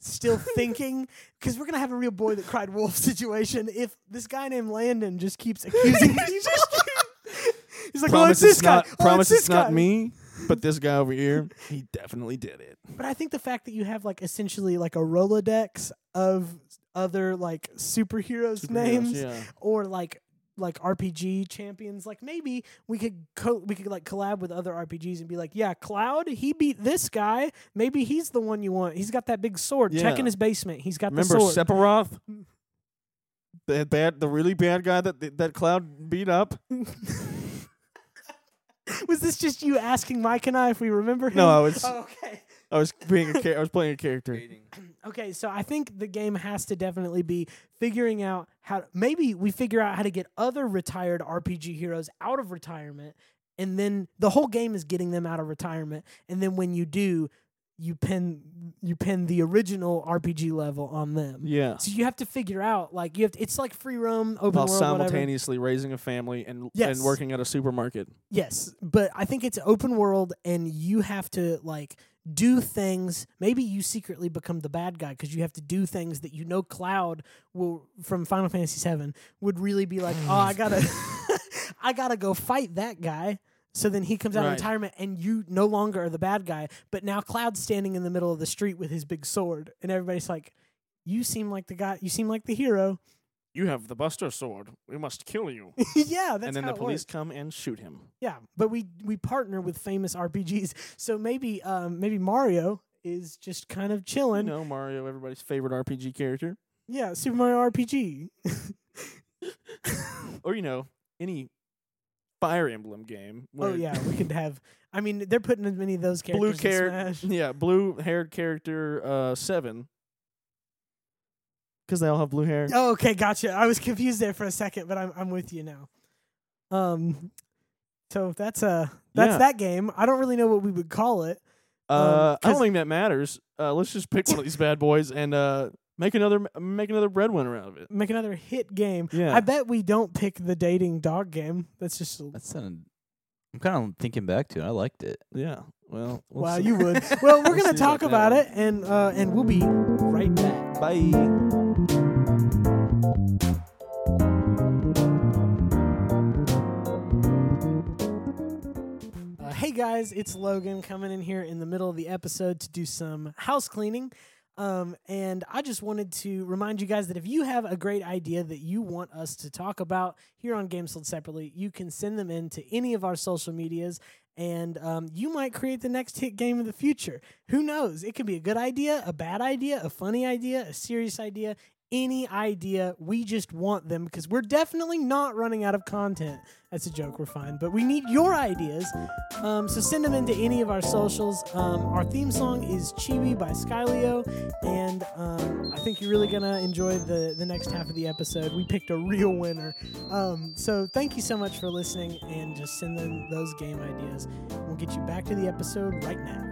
S2: still thinking because we're gonna have a real boy that cried wolf situation if this guy named Landon just keeps accusing people. He's like, well,
S1: promise
S2: it's this guy.
S1: not.
S2: Oh,
S1: promise
S2: it's,
S1: it's,
S2: this
S1: not
S2: guy.
S1: me, but this guy over here, he definitely did it.
S2: But I think the fact that you have like essentially like a Rolodex of other like superheroes'
S1: Superheroes,
S2: names
S1: yeah.
S2: or like like RPG champions, like maybe we could co- we could like collab with other RPGs and be like, yeah, Cloud, he beat this guy. Maybe he's the one you want. He's got that big sword. Check
S1: Yeah.
S2: in his basement. He's got
S1: Remember
S2: the sword.
S1: Sephiroth? The bad, the really bad guy that that Cloud beat up.
S2: Was this just you asking Mike and I if we remember him?
S1: No, it's
S2: Oh, okay.
S1: I was being a char- I was playing a character.
S2: Okay, so I think the game has to definitely be figuring out how. Maybe we figure out how to get other retired RPG heroes out of retirement, and then the whole game is getting them out of retirement. And then when you do, you pin you pin the original RPG level on them.
S1: Yeah.
S2: So you have to figure out like you have. To, it's like free roam, open
S1: While
S2: world, whatever.
S1: simultaneously raising a family and
S2: Yes.
S1: and working at a supermarket.
S2: Yes, but I think it's open world, and you have to like do things. Maybe you secretly become the bad guy because you have to do things that you know Cloud will from Final Fantasy VII would really be like, oh, I gotta, I gotta go fight that guy. So then he comes out
S1: Right.
S2: of retirement, and you no longer are the bad guy. But now Cloud's standing in the middle of the street with his big sword, and everybody's like, "You seem like the guy. You seem like the hero."
S1: You have the Buster Sword. We must kill you.
S2: yeah, that's
S1: and then
S2: how
S1: the
S2: it
S1: police
S2: works.
S1: come and shoot him.
S2: Yeah, but we we partner with famous RPGs, so maybe um, maybe Mario is just kind of
S1: You
S2: chilling.
S1: know Mario, everybody's favorite RPG character,
S2: Yeah, Super Mario RPG.
S1: or you know any Fire Emblem game.
S2: oh
S1: where-
S2: yeah, we could have. I mean, they're putting as many of those characters.
S1: blue
S2: in
S1: character,
S2: Smash.
S1: yeah, blue-haired character uh, seven, because they all have blue hair.
S2: Oh, okay, gotcha. I was confused there for a second, but I'm I'm with you now. Um, so that's uh that's
S1: Yeah.
S2: that game. I don't really know what we would call it.
S1: Uh, I
S2: 'cause-
S1: don't think that matters. Uh, let's just pick one of these bad boys and uh, make another make another breadwinner out of it.
S2: Make another hit game.
S1: Yeah.
S2: I bet we don't pick the dating dog game. That's just a-
S3: That sounded. I'm kind of thinking back to it. I liked it.
S1: Yeah. Well. we'll
S2: wow.
S1: see.
S2: You would. Well, we're
S1: We'll
S2: gonna
S1: see
S2: talk
S1: about
S2: about
S1: that
S2: it, and uh, and we'll be right back.
S1: Bye.
S2: Uh, hey guys, it's Logan coming in here in the middle of the episode to do some house cleaning. Um, and I just wanted to remind you guys that if you have a great idea that you want us to talk about here on Games Sold Separately, you can send them in to any of our social medias, and um, you might create the next hit game of the future. Who knows? It could be a good idea, a bad idea, a funny idea, a serious idea, any idea. We just want them because we're definitely not running out of content. That's a joke, we're fine. But we need your ideas. Um, so send them into any of our socials. Um, our theme song is Chibi by Skyleo. And um, I think you're really going to enjoy the, the next half of the episode. We picked a real winner. Um, so thank you so much for listening and just send them those game ideas. We'll get you back to the episode right now.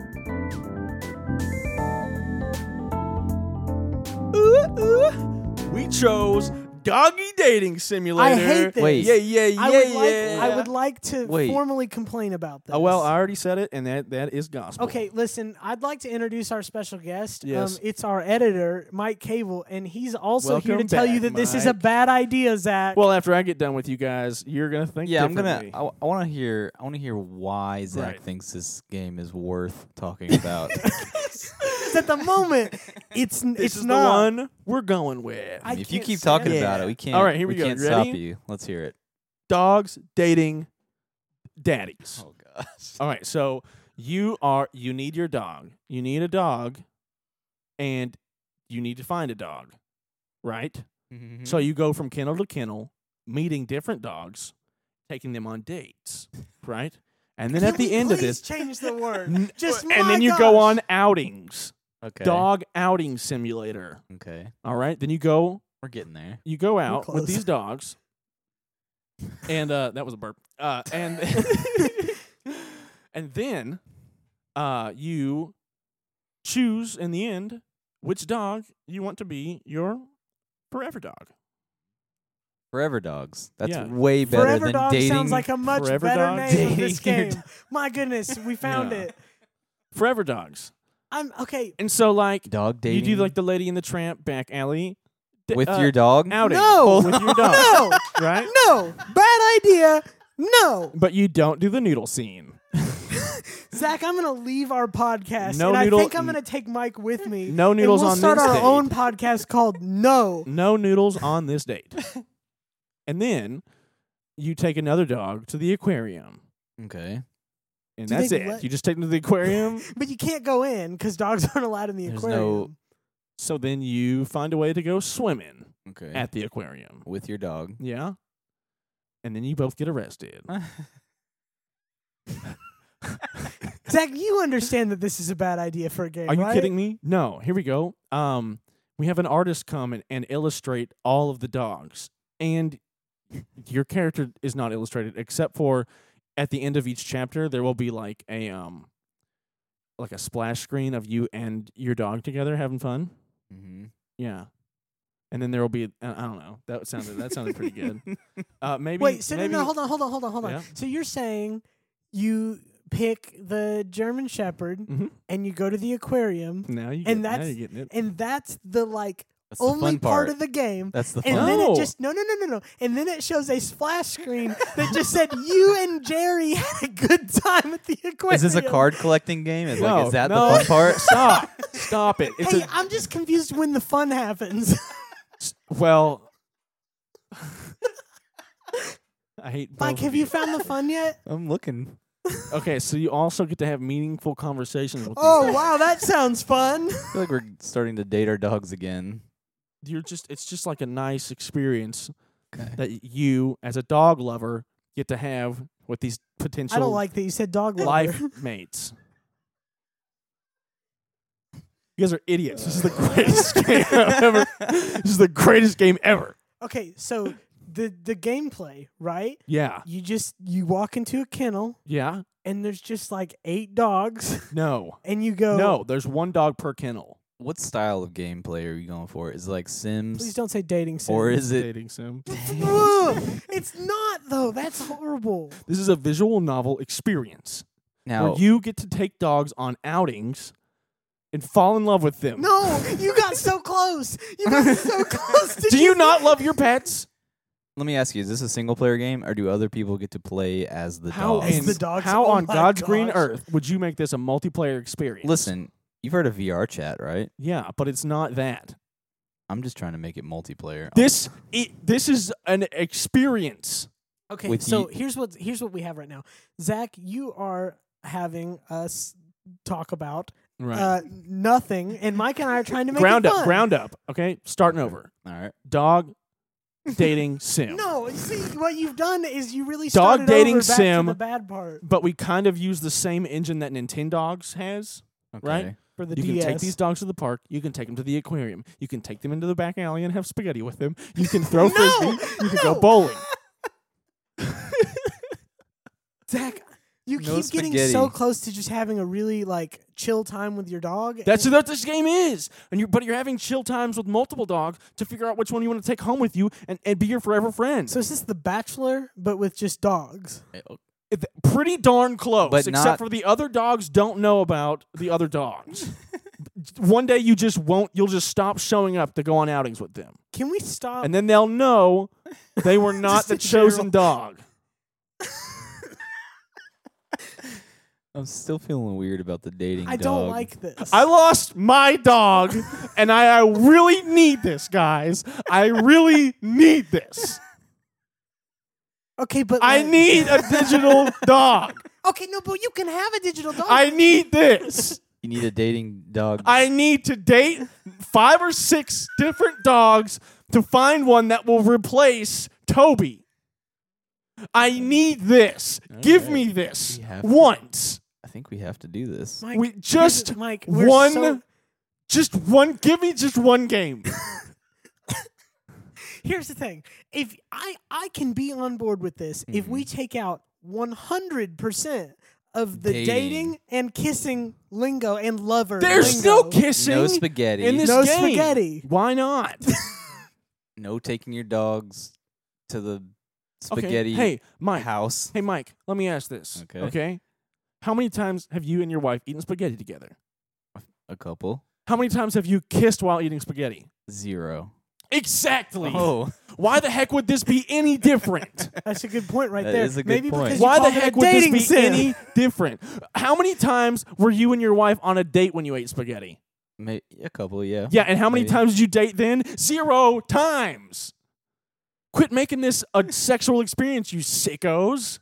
S1: Ooh, ooh. Uh, We chose Doggy Dating Simulator.
S2: I hate this.
S3: Wait.
S1: Yeah, yeah, yeah,
S2: I would, like,
S1: yeah.
S2: I would like to
S3: Wait.
S2: formally complain about this.
S1: Oh, well, I already said it, and that that is gospel.
S2: Okay, listen, I'd like to introduce our special guest.
S1: Yes.
S2: Um, it's our editor, Mike Cable, and he's also here to
S1: Welcome
S2: tell you
S1: back,
S2: that this is a
S1: Mike.
S2: bad idea, Zach.
S1: Well, after I get done with you guys, you're gonna think.
S3: Yeah, I'm gonna.
S1: differently.
S3: I, want to hear. I want to hear why Zach
S1: Right.
S3: thinks this game is worth talking about.
S2: 'Cause at the moment, it's n-
S1: This
S2: it's
S1: is the
S2: not.
S1: one we're going with.
S2: I
S3: if you
S2: can't
S3: keep
S2: stand
S3: talking
S1: it.
S3: about
S1: Yeah.
S3: it, we can't.
S1: All right, here we go.
S3: Can't
S1: You
S3: stop
S1: ready?
S3: you. Let's hear it.
S1: Dogs dating daddies.
S3: Oh gosh.
S1: All right, so you are you need your dog. You need a dog, and you need to find a dog, right?
S3: Mm-hmm.
S1: So you go from kennel to kennel, meeting different dogs, taking them on dates, right? And then
S2: Can
S1: at the
S2: we
S1: end of
S2: please
S1: this,
S2: change the word.
S1: n-
S2: Just
S1: and
S2: my
S1: then you go
S2: gosh.
S1: on outings,
S3: okay.
S1: dog outing simulator.
S3: Okay.
S1: All right, then you go
S3: We're getting there.
S1: you go out
S2: close.
S1: with these dogs, and uh, that was a burp. Uh, and and then uh, you choose in the end which dog you want to be your forever dog.
S3: Forever dogs. That's
S1: Yeah.
S3: way better
S2: Forever
S3: than
S2: Dog
S3: dating.
S2: sounds like a much
S1: Forever
S2: better
S1: Dog
S2: name of this
S1: dating your
S2: game. My goodness, we found
S1: Yeah.
S2: it.
S1: Forever dogs.
S2: I'm okay.
S1: And so like
S3: dog dating.
S1: You do like the lady in the tramp back alley D-
S3: with
S1: uh,
S3: your dog.
S1: outing
S2: No.
S1: with your dog,
S2: No,
S1: right?
S2: no, bad idea. No,
S1: But you don't do the noodle scene.
S2: Zach, I'm gonna leave our podcast,
S1: No
S2: and
S1: noodle-
S2: I think I'm gonna take Mike with me.
S1: No
S2: and
S1: noodles
S2: we'll
S1: on
S2: start
S1: this
S2: our
S1: date.
S2: own podcast called No.
S1: No noodles on this date. and then you take another dog to the aquarium,
S3: Okay.
S1: and
S2: Do
S1: that's
S2: they
S1: it.
S2: let-
S1: You just take them to the aquarium.
S2: But you can't go in because dogs aren't allowed in the
S3: There's no-
S2: aquarium.
S1: so then you find a way to go swimming
S3: Okay.
S1: at the aquarium.
S3: with your dog.
S1: Yeah.
S3: Mm-hmm.
S1: And then you both get arrested.
S2: Zach, you understand that this is a bad idea for a game,
S1: Are you
S2: right?
S1: kidding me? No. Here we go. Um, we have an artist come and, and illustrate all of the dogs, and your character is not illustrated except for at the end of each chapter there will be like a um like a splash screen of you and your dog together having fun.
S3: Mm-hmm.
S1: Yeah. And then there will be uh, I I don't know. That sounded that sounded pretty good. Uh, maybe
S2: Wait, so
S1: maybe,
S2: no, no, hold on, hold on, hold on, hold on.
S1: Yeah.
S2: So you're saying you pick the German Shepherd
S1: Mhm.
S2: and you go to the aquarium,
S1: Now you get,
S2: And
S1: now
S2: that's-
S1: you're getting it.
S2: and that's the like
S3: That's the
S2: only
S3: fun
S2: part. of the game.
S3: That's the
S2: And
S3: fun.
S2: then it
S1: No.
S2: just no no no no no. And then it shows a splash screen that just said you and Jerry had a good time at the aquarium.
S3: Is this a card collecting game? Is like
S1: No,
S3: is that
S1: no.
S3: the fun part?
S1: Stop. Stop it. It's a
S2: Hey,
S1: Oh,
S2: i I'm just confused when the fun happens.
S1: Well, I hate both
S2: like,
S1: of
S2: have you found the fun yet?
S3: I'm looking.
S1: Okay, so you also get to have meaningful conversations with.
S2: Oh wow, that sounds fun.
S3: I feel like we're starting to date our dogs again.
S1: these- you're just. It's just like a nice experience
S3: Okay.
S1: that you, as a dog lover, get to have with these potential
S2: I don't like that you said dog lover.
S1: life mates. You guys are idiots. This is the greatest game ever. This is the greatest game ever.
S2: Okay, so the the gameplay, right?
S1: Yeah.
S2: You just you walk into a kennel
S1: Yeah.
S2: and there's just like eight dogs
S1: No.
S2: and you go
S1: No. There's one dog per kennel.
S3: What style of gameplay are you going for? Is it like
S2: Please
S3: Sims,
S2: don't say dating sim.
S3: or is it
S1: dating sim?
S2: Ugh, it's not though. That's horrible.
S1: This is a visual novel experience
S3: now?
S1: where you get to take dogs on outings and fall in love with them.
S2: No, you got so close. You got so close. To
S1: Do you not love your pets?
S3: let me ask you: Is this a single player game, or do other people get to play as the
S1: How
S3: dogs?
S2: As
S1: in-
S2: the dogs,
S1: how
S2: oh
S1: on
S2: my
S1: God's green
S2: gosh.
S1: earth would you make this a multiplayer experience?
S3: Listen, you've heard of VR chat, right?
S1: Yeah, but it's not that.
S3: I'm just trying to make it multiplayer.
S1: This i this is an experience.
S2: Okay,
S3: With
S2: so
S3: ye-
S2: here's what here's what we have right now. Zach, you are having us talk about
S1: Right.
S2: uh, nothing, and Mike and I are trying to make
S1: ground
S2: it
S1: up,
S2: fun.
S1: ground up. Okay? Starting over.
S3: All right.
S1: Dog dating sim.
S2: No, see what you've done is you really
S1: Dog
S2: started
S1: dating
S2: over back to
S1: sim.
S2: the bad part
S1: But we kind of use the same engine that Nintendogs has.
S3: Okay.
S1: Right?
S2: for the
S1: You
S2: DS.
S1: can take these dogs to the park. You can take them to the aquarium. You can take them into the back alley and have spaghetti with them. You can throw
S2: No!
S1: frisbee. You can
S2: No!
S1: go bowling.
S2: Zach, you
S3: No
S2: keep getting so
S3: spaghetti.
S2: close to just having a really like chill time with your dog.
S1: That's
S2: and-
S1: what this game is. And you're but you're having chill times with multiple dogs to figure out which one you want to take home with you and, and be your forever friend.
S2: so. Is this The Bachelor, but with just dogs?
S1: It- pretty darn close,
S3: But
S1: except
S3: not-
S1: for the other dogs don't know about the other dogs. one day you just won't. You'll just stop showing up to go on outings with them,
S2: Can we stop?
S1: and then they'll know they were not
S2: Just
S1: the
S2: in general.
S1: chosen dog.
S3: I'm still feeling weird about the dating.
S2: I don't
S3: dog.
S2: like this.
S1: I lost my dog, and I, I really need this, guys. I really need this.
S2: okay, but
S1: I
S2: like-
S1: need a digital dog.
S2: Okay, no, but you can have a digital dog.
S1: I need this.
S3: You need a dating dog.
S1: I need to date five or six different dogs to find one that will replace Toby. I need this. Give
S3: Okay.
S1: me this
S3: We have to-
S1: once.
S3: I think we have to do this.
S2: Mike,
S1: We
S2: here's the-
S1: just
S2: Mike, we're
S1: one,
S2: so-
S1: just one. Give me just one game.
S2: here's the thing: if I I can be on board with this, if we
S1: Mm-hmm.
S2: take out 100 percent of the dating.
S3: Dating.
S2: and kissing lingo and lover,
S1: There's
S2: lingo,
S1: no kissing.
S3: No spaghetti.
S1: in this
S2: No
S1: game.
S2: spaghetti.
S1: Why not?
S3: no taking your dogs to the
S1: Okay,
S3: spaghetti
S1: Hey, Mike.
S3: house.
S1: Hey, Mike. Let me ask this.
S3: Okay.
S1: How many times have you and your wife eaten spaghetti together?
S3: A couple
S1: How many times have you kissed while eating spaghetti?
S3: zero. Oh,
S1: Exactly.
S2: Oh.
S1: Why the heck would this be any different?
S2: That's a good point right
S3: That
S2: there.
S3: is a good
S2: Maybe
S3: point.
S2: because you
S1: Why the
S2: called it a
S1: heck would this
S2: dating
S1: be
S2: sim.
S1: any different? How many times were you and your wife on a date when you ate spaghetti?
S3: May- a couple. Yeah.
S1: Yeah, and how many
S3: Maybe.
S1: times did you date then? Zero times. Quit making this a sexual experience, you sickos.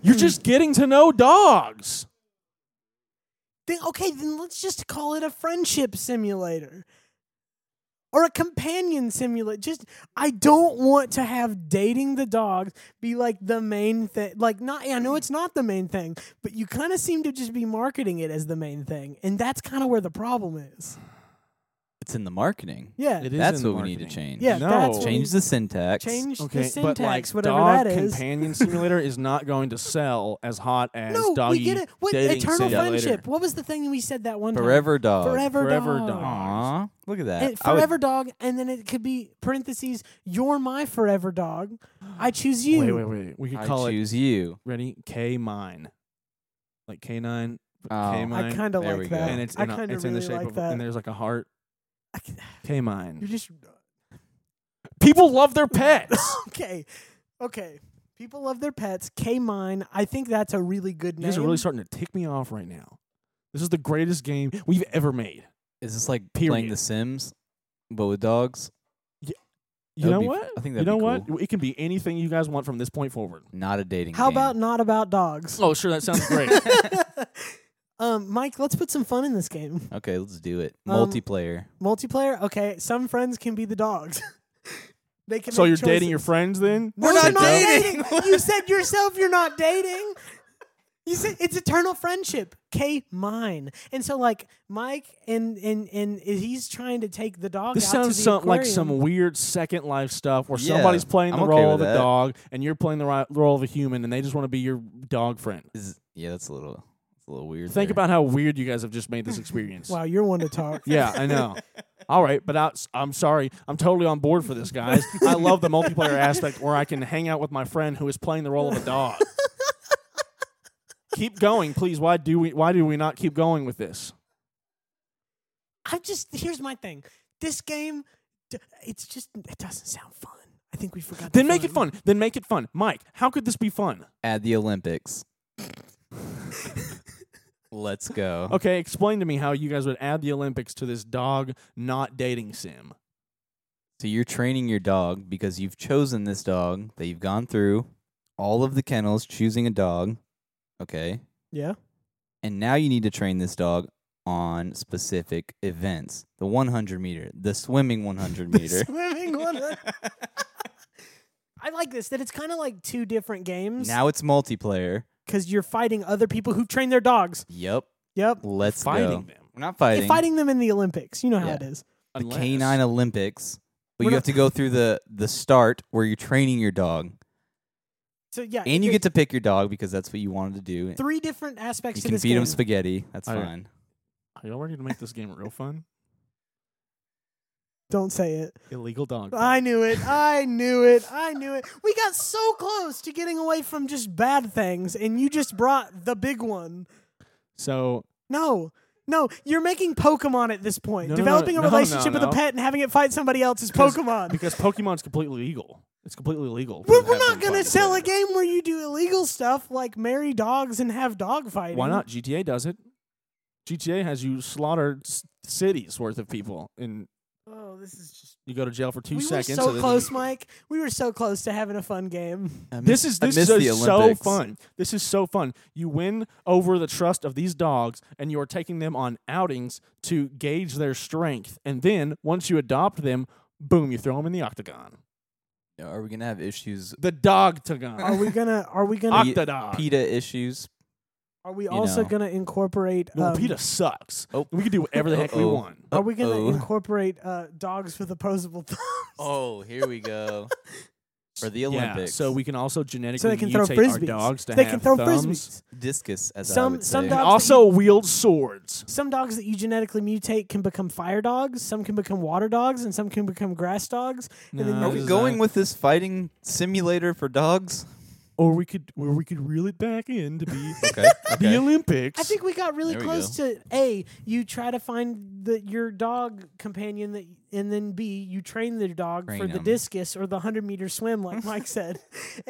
S3: Hmm.
S1: You're just getting to know dogs.
S2: Then, okay, then let's just call it a friendship simulator. or a companion simulator. Just I don't want to have dating the dogs be like the main thing. Like not I know it's not the main thing, but you kind of seem to just be marketing it as the main thing, and that's kind of where the problem is.
S3: It's in the marketing.
S2: Yeah,
S1: It is
S3: That's
S1: in the
S3: what we need to
S1: marketing.
S3: change.
S2: yeah,
S1: No.
S2: that's what
S3: Change
S2: we-
S3: the syntax.
S2: change
S1: Okay,
S2: the syntax,
S1: but like
S2: whatever
S1: dog
S2: that is.
S1: companion simulator is not going to sell as hot as
S2: no,
S1: doggy
S2: we get it. What
S1: dating
S2: eternal
S1: simulator.
S2: friendship? What was the thing we said that one time?
S3: Forever dog.
S2: Forever,
S1: Forever
S2: dog.
S1: dog.
S3: Aw, look at that.
S2: And
S3: I would-
S2: forever dog, and then it could be parentheses. You're my forever dog. I choose you.
S1: Wait, wait, wait. We could
S3: I
S1: call it
S3: choose you.
S1: ready K mine, like K nine,
S3: Oh.
S1: K
S2: I
S1: mine,
S2: kind of
S3: There we
S2: like
S3: go.
S2: that.
S1: and it's
S2: I
S1: in, a-
S2: kind of
S1: it's
S2: really
S1: in the shape
S2: like
S1: of
S2: that.
S1: and there's like a heart
S2: I c-
S1: K
S2: You're
S1: mine.
S2: just
S1: People love their pets.
S2: okay, okay. People love their pets. K mine. I think that's a really good
S1: you
S2: name.
S1: guys are really starting to tick me off right now. This is the greatest game we've ever made.
S3: Is this like playing
S1: Period.
S3: The Sims, but with dogs?
S1: You
S3: That would
S1: know
S3: be-
S1: what?
S3: I
S1: you
S3: think that'd
S1: know
S3: be
S1: what?
S3: cool.
S1: It can be anything you guys want from this point forward.
S3: Not a dating.
S2: How
S3: game.
S2: about not about dogs?
S1: Oh, sure, that sounds great.
S2: um, Mike, let's put some fun in this game.
S3: Okay, let's do it.
S2: Um,
S3: Multiplayer.
S2: Multiplayer. Okay, some friends can be the dogs. they can.
S1: so
S2: make
S1: you're
S2: choices.
S1: dating your friends then?
S2: We're
S3: not
S2: dating.
S3: dating.
S2: you said yourself you're not dating. You said it's eternal friendship. K mine. And so like Mike and and and he's trying to take the dog
S1: This
S2: out
S1: sounds
S2: to the
S1: some, like
S2: aquarium.
S1: some weird Second Life stuff where
S3: Yeah,
S1: somebody's playing the
S3: I'm okay
S1: role of
S3: with
S1: a
S3: that.
S1: dog and you're playing the ri- role of a human and they just want to be your dog friend.
S3: Is- yeah, that's a little, that's a little weird.
S1: Think
S3: there.
S1: about how weird you guys have just made this experience.
S2: Wow, you're one to talk.
S1: Yeah, I know. All right, but I, I'm sorry. I'm totally on board for this, guys. I love the multiplayer aspect where I can hang out with my friend who is playing the role of a dog. keep going, please. Why do we? Why do we not keep going with this?
S2: I just here's my thing. This game d- it's just it doesn't sound fun. I think we forgot the
S1: Then make it fun. Then make it fun, Mike. How could this be fun?
S3: Add the Olympics. Let's go.
S1: Okay, explain to me how you guys would add the Olympics to this dog not dating sim.
S3: So you're training your dog because you've chosen this dog that you've gone through all of the kennels choosing a dog. Okay.
S2: Yeah.
S3: And now you need to train this dog on specific events. The 100 meter, the swimming 100 meter.
S2: Swimming one. I like this that it's kind of like two different games
S3: now it's multiplayer.
S2: cuz you're fighting other people who train their dogs.
S3: Yep.
S2: Yep.
S3: Let's go.
S1: Fighting them.
S3: We're not
S2: Yeah,
S3: fighting.
S2: fighting them in the Olympics. You know how
S3: Yeah.
S2: it is.
S3: the
S1: Unless-
S3: canine Olympics. But
S2: We're
S3: you
S2: not-
S3: have to go through the the start where you're training your dog,
S2: So yeah,
S3: and you
S2: there's
S3: get to pick your dog because that's what you wanted to do.
S2: three different aspects
S3: You
S2: to
S3: can
S2: this
S3: feed
S2: game.
S3: him spaghetti. That's
S1: All right.
S3: fine.
S1: Are y'all ready to make this game real fun?
S2: Don't say it.
S1: Illegal dog.
S2: I knew it. I knew it. I knew it. We got so close to getting away from just bad things, and you just brought the big one.
S1: So
S2: No. No, you're making Pokemon at this point.
S1: No, no, no,
S2: Developing
S1: no,
S2: a
S1: no,
S2: relationship
S1: no.
S2: with a pet and having it fight somebody else is
S1: Because-
S2: Pokemon.
S1: because Pokemon's completely legal. It's completely legal.
S2: We're,
S1: to
S2: we're
S1: have
S2: not
S1: them
S2: going
S1: fight
S2: to sell
S1: together.
S2: a game where you do illegal stuff like marry dogs and have dog fighting.
S1: Why not? GTA does it. GTA has you slaughtered s- cities worth of people, and
S2: Oh, this is just.
S1: you go to jail for two
S2: we
S1: seconds.
S2: were so
S1: this
S2: close,
S1: Is,
S2: Mike. We were so close to having a fun game.
S1: this is
S3: I
S1: this
S3: miss the
S1: is so
S3: Olympics.
S1: fun. This is so fun. You win over the trust of these dogs, and you are taking them on outings to gauge their strength. And then once you adopt them, boom, you throw them in the octagon,
S3: Are we gonna have issues?
S1: the dogtagon,
S2: Are we gonna? Are we gonna?
S3: Oct-
S1: octadog.
S3: PETA issues.
S2: Are we
S3: you
S2: also
S3: know.
S2: gonna incorporate?
S1: No,
S2: um,
S1: PETA sucks.
S3: Oh.
S1: We can do whatever the heck we
S3: Uh-oh.
S1: want.
S2: Are we gonna
S3: Uh-oh.
S2: incorporate uh, dogs with opposable thumbs?
S3: Oh, here we go. For the
S1: Yeah,
S3: Olympics.
S1: so we can also genetically
S2: so they can throw
S1: mutate our
S2: frisbees.
S1: dogs to
S2: they
S1: have
S2: can throw
S1: thumbs.
S2: frisbees.
S3: discus as I
S2: Some-
S3: would
S2: some
S3: say.
S1: And
S2: dogs- that
S1: also wield swords.
S2: Some dogs that you genetically mutate can become fire dogs. Some can become water dogs, and some can become grass dogs. And then
S1: No,
S2: you
S3: Are
S1: this
S3: we
S1: is
S3: going
S1: not-
S3: with this fighting simulator for dogs?
S1: Or we could, or we could reel it back in to be
S3: Okay.
S1: the Olympics.
S2: I think we got really
S3: There we
S2: close to a. You try to find the, your dog companion that, and then b. You train the dog
S3: Train
S2: for the
S3: 'em.
S2: discus or the hundred meter swim, like Mike said,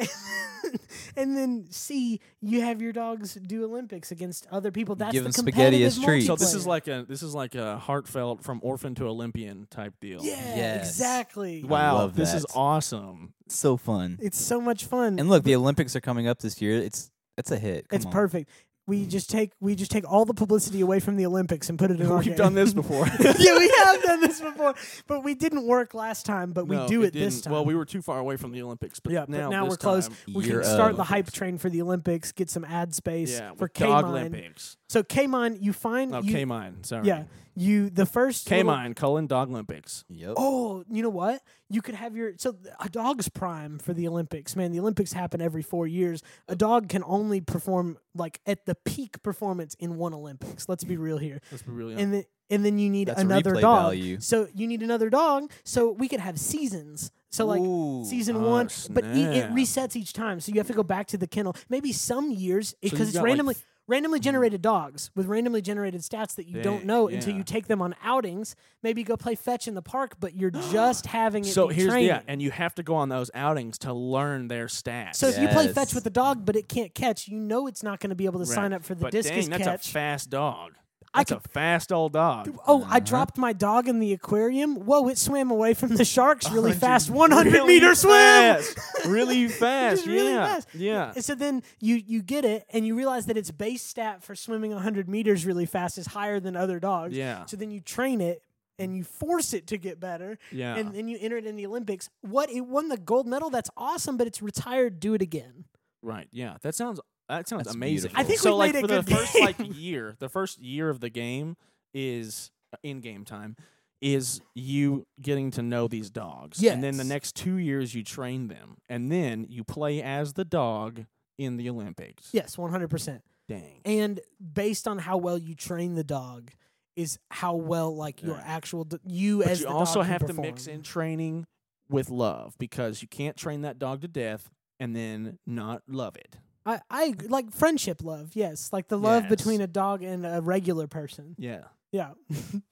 S2: and then c. You have your dogs do Olympics against other people. That's
S3: Give
S2: the
S3: 'em spaghetti
S2: competitive
S3: as treats.
S1: so. This is
S2: multiplayer.
S1: like a this is like a heartfelt from orphan to Olympian type deal.
S2: yeah,
S3: Yes.
S2: exactly.
S1: Wow,
S3: love
S1: this is
S3: that.
S1: awesome.
S3: so fun.
S2: It's so much fun.
S3: And look, the Olympics are coming up this year. It's it's a hit.
S2: it's
S3: Come on.
S2: perfect. we just take we just take all the publicity away from the Olympics and put it in our
S1: We've
S2: game.
S1: done this before.
S2: yeah, we have done this before, but we didn't work last time. But we
S1: No,
S2: do it, this
S1: didn't.
S2: time.
S1: Well, we were too far away from the Olympics, but
S2: yeah,
S1: now,
S2: but now
S1: this
S2: we're close.
S1: time-
S2: We
S3: Year
S2: can start
S3: of.
S2: the hype train for the Olympics. Get some ad space
S1: yeah,
S2: for
S1: with
S2: K
S1: Dog Oh,
S2: Mine.
S1: Olympics.
S2: So K Mine, you find
S1: No,
S2: you,
S1: K mine. Sorry.
S2: yeah, you the first
S1: K
S2: little-
S1: mine. Colon Dog Olympics.
S3: Yep.
S2: Oh, you know what? You could have your so a dog's prime for the Olympics. Man, the Olympics happen every four years. A dog can only perform like at the peak performance in one Olympics. Let's be real here.
S1: Let's be really honest.
S2: And then and then you need
S3: That's
S2: another
S3: replay
S2: dog.
S3: value.
S2: So you need another dog. So we could have seasons. So like
S3: Ooh.
S2: season
S1: oh,
S2: one, but e- it
S1: snap.
S2: resets each time. So you have to go back to the kennel. Maybe some years
S1: you've
S2: because
S1: got,
S2: it's
S1: like, hmm.
S2: randomly randomly generated dogs with randomly generated stats that you don't
S1: Dang,
S2: know until
S1: yeah.
S2: you take them on outings. Maybe go play fetch in the park, but you're just having it.
S1: So
S2: be
S1: here's
S2: training.
S1: yeah, and you have to go on those outings to learn their stats.
S2: So if you play
S3: Yes.
S2: fetch with the dog, but it can't catch, you know it's not going to be able to sign up for the
S1: but
S2: discus
S1: dang, that's
S2: catch.
S1: a fast dog.
S2: I
S1: That's a fast old dog.
S2: Oh, I dropped my dog in the aquarium. Whoa, it swam away from the sharks really fast. 100
S1: Oh, Really
S2: meter swim.
S1: fast. really fast.
S2: Just
S1: yeah.
S2: really fast.
S1: Yeah.
S2: And so then you you get it and you realize that its base stat for swimming 100 meters really fast is higher than other dogs.
S1: Yeah.
S2: So then you train it and you force it to get better.
S1: Yeah.
S2: And then you enter it in the Olympics. What it won the gold medal. That's awesome, but it's retired. Do it again.
S1: Right. Yeah. That sounds that sounds
S3: That's
S1: amazing.
S3: beautiful. I
S2: think
S1: so
S2: we
S1: like
S2: made a
S1: for the
S2: good
S1: first
S2: game.
S1: like year, the first year of the game is uh, in game time is you getting to know these dogs. And then the
S2: Yes.
S1: next 2 years you train them and then you play as the dog in the Olympics.
S2: Yes, 100%.
S1: Dang.
S2: And based on how well you train the dog is how well like your
S1: Yeah.
S2: actual d- you
S1: But
S2: as
S1: you
S2: the
S1: also
S2: dog can
S1: have to mix
S2: perform.
S1: in training with love because you can't train that dog to death and then not love it.
S2: I, I like friendship love. Yes, like the love
S1: Yes.
S2: between a dog and a regular person.
S1: Yeah.
S2: Yeah.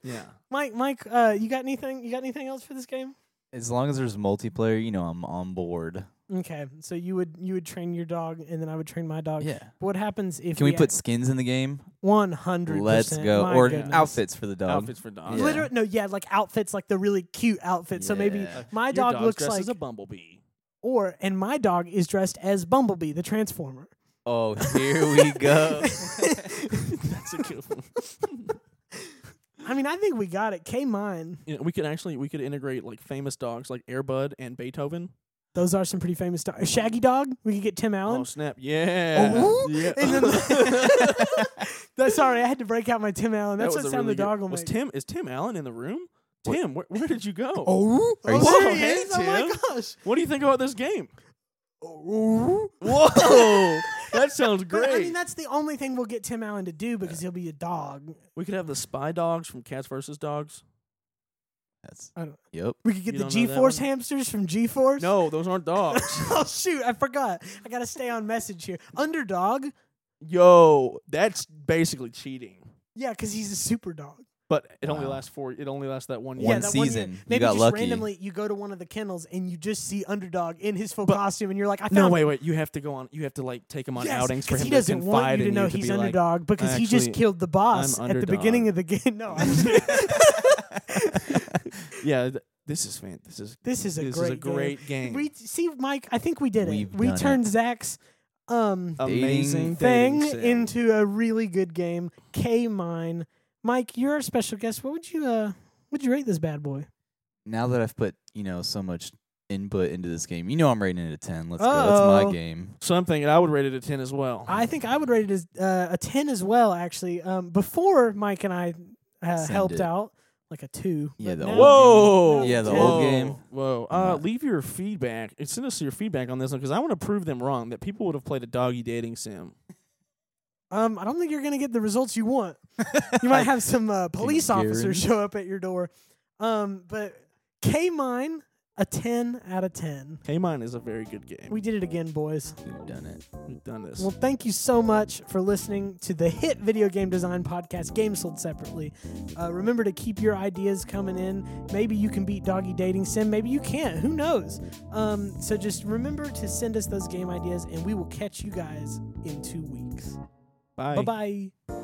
S1: Yeah.
S2: Mike, Mike, uh, you got anything? You got anything else for this game?
S3: As long as there's multiplayer, you know I'm on board.
S2: Okay, so you would you would train your dog, and then I would train my dog.
S3: Yeah.
S2: What happens if
S3: Can we put skins in the game?
S2: one hundred?
S3: Let's go. Or
S1: goodness.
S3: outfits for the dog.
S1: Outfits for dogs.
S3: Um, Yeah.
S2: Literally, no, yeah, like outfits, like the really cute outfits. So maybe
S3: Yeah.
S2: my
S1: Your
S2: dog
S1: dog's
S2: looks
S1: dressed
S2: like,
S1: as a bumblebee.
S2: or and my dog is dressed as Bumblebee, the Transformer.
S3: Oh, here we go.
S1: That's a good one.
S2: I mean, I think we got it. K mine.
S1: You know, we could actually we could integrate like famous dogs like Airbud and Beethoven.
S2: Those are some pretty famous dogs. Shaggy Dog. We could get Tim Allen.
S1: Oh snap! Yeah.
S2: Oh,
S1: yeah.
S2: and then- That's sorry, I had to break out my Tim Allen. That's what
S1: a
S2: sound
S1: really
S2: the dog
S1: good-
S2: will
S1: was
S2: make.
S1: Tim is Tim Allen in the room? Tim, where, where did you go?
S2: Oh,
S3: Are you
S2: oh, there
S1: serious?
S2: he is. Oh my
S1: Tim?
S2: gosh.
S1: What do you think about this game?
S2: Oh.
S1: Whoa, that sounds
S2: But
S1: great.
S2: I mean, that's the only thing we'll get Tim Allen to do because he'll be a dog.
S1: we could have the spy dogs from Cats versus Dogs.
S3: That's,
S2: I don't-
S3: yep.
S2: We could get
S1: You
S2: the
S1: don't
S2: G
S1: know that
S2: Force
S1: one?
S2: hamsters from G Force.
S1: No, those aren't dogs.
S2: oh shoot, I forgot. I gotta stay on message here. Underdog.
S1: Yo, that's basically cheating.
S2: Yeah, because he's a super dog.
S1: But it only
S3: Wow.
S1: lasts four. It only lasts that one year.
S2: yeah,
S3: One
S2: that
S3: season.
S2: One year,
S3: You
S2: maybe
S3: got
S2: just
S3: lucky.
S2: randomly you go to one of the kennels and you just see Underdog in his full
S1: But-
S2: costume and you're like, I found
S1: No, wait, wait. You have to go on. You have to like take him on
S2: Yes,
S1: outings for
S2: 'cause
S1: him
S2: he
S1: to
S2: doesn't
S1: confide
S2: want you to
S1: in
S2: know
S1: to
S2: he's
S1: be like,
S2: underdog because he just
S1: actually,
S2: killed the boss
S1: I'm
S2: at the beginning of the game. No, I'm just-
S1: yeah, th- this is fan. This is
S2: this is a
S1: this
S2: great,
S1: is a great
S2: game.
S1: game.
S2: We see, Mike. I think we did
S3: We've
S2: it. We
S3: done
S2: turned Zach's um
S1: Amazing
S2: thing
S1: dating sim.
S2: into a really good game. K mine, Mike. You're our special guest. What would you uh? Would you rate this bad boy?
S3: Now that I've put, you know, so much input into this game, you know I'm rating it a 10. Let's go. That's
S2: Uh-oh.
S3: my game.
S1: something, and I would rate it a ten as well.
S2: I think I would rate it as uh, a ten as well. Actually, um, before Mike and I uh,
S3: Send
S2: helped
S3: it.
S2: out, like a two.
S3: Yeah,
S2: but
S3: the
S2: now-
S3: old
S1: Whoa!
S2: now
S3: Yeah, the
S2: it's a
S3: old
S2: 10.
S3: game.
S1: Whoa!
S3: I'm
S1: Uh,
S3: not-
S1: leave your feedback. and Send us your feedback on this one because I want to prove them wrong that people would have played a doggy dating sim.
S2: Um, I don't think you're going to get the results you want. You might have some uh, police officers
S3: guarantee-
S2: show up at your door. Um, but K mine a ten out of ten.
S1: K mine is a very good game.
S2: We did it again, boys.
S3: We've done it.
S1: We've done this.
S2: Well, thank you so much for listening to the hit video game design podcast, Games Sold Separately. Uh, remember to keep your ideas coming in. Maybe you can beat Doggy Dating Sim. Maybe you can't. Who knows? Um, so just remember to send us those game ideas, and we will catch you guys in two weeks. Bye bye.